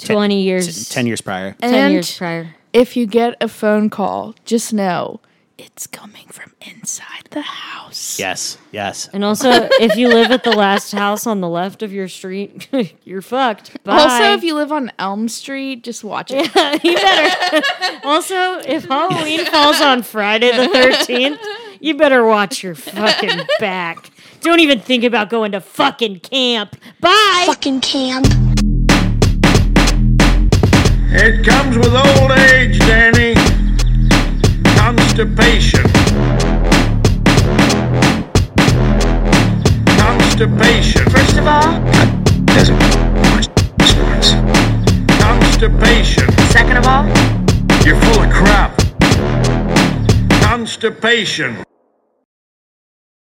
[SPEAKER 1] 20 years,
[SPEAKER 3] Ten years prior.
[SPEAKER 1] 10
[SPEAKER 2] And
[SPEAKER 1] years prior.
[SPEAKER 2] if you get a phone call, just know it's coming from inside the house.
[SPEAKER 3] Yes. Yes.
[SPEAKER 1] And also, if you live at the last house on the left of your street, you're fucked. Bye.
[SPEAKER 2] Also, if you live on Elm Street, just watch it.
[SPEAKER 1] you better. Also, if Halloween falls on Friday the 13th, you better watch your fucking back. Don't even think about going to fucking camp. Bye.
[SPEAKER 8] fucking camp.
[SPEAKER 4] It comes with old age, Danny. Constipation. Constipation.
[SPEAKER 5] First of all, doesn't want sports.
[SPEAKER 4] Constipation.
[SPEAKER 5] Second of all,
[SPEAKER 4] You're full of crap. Constipation.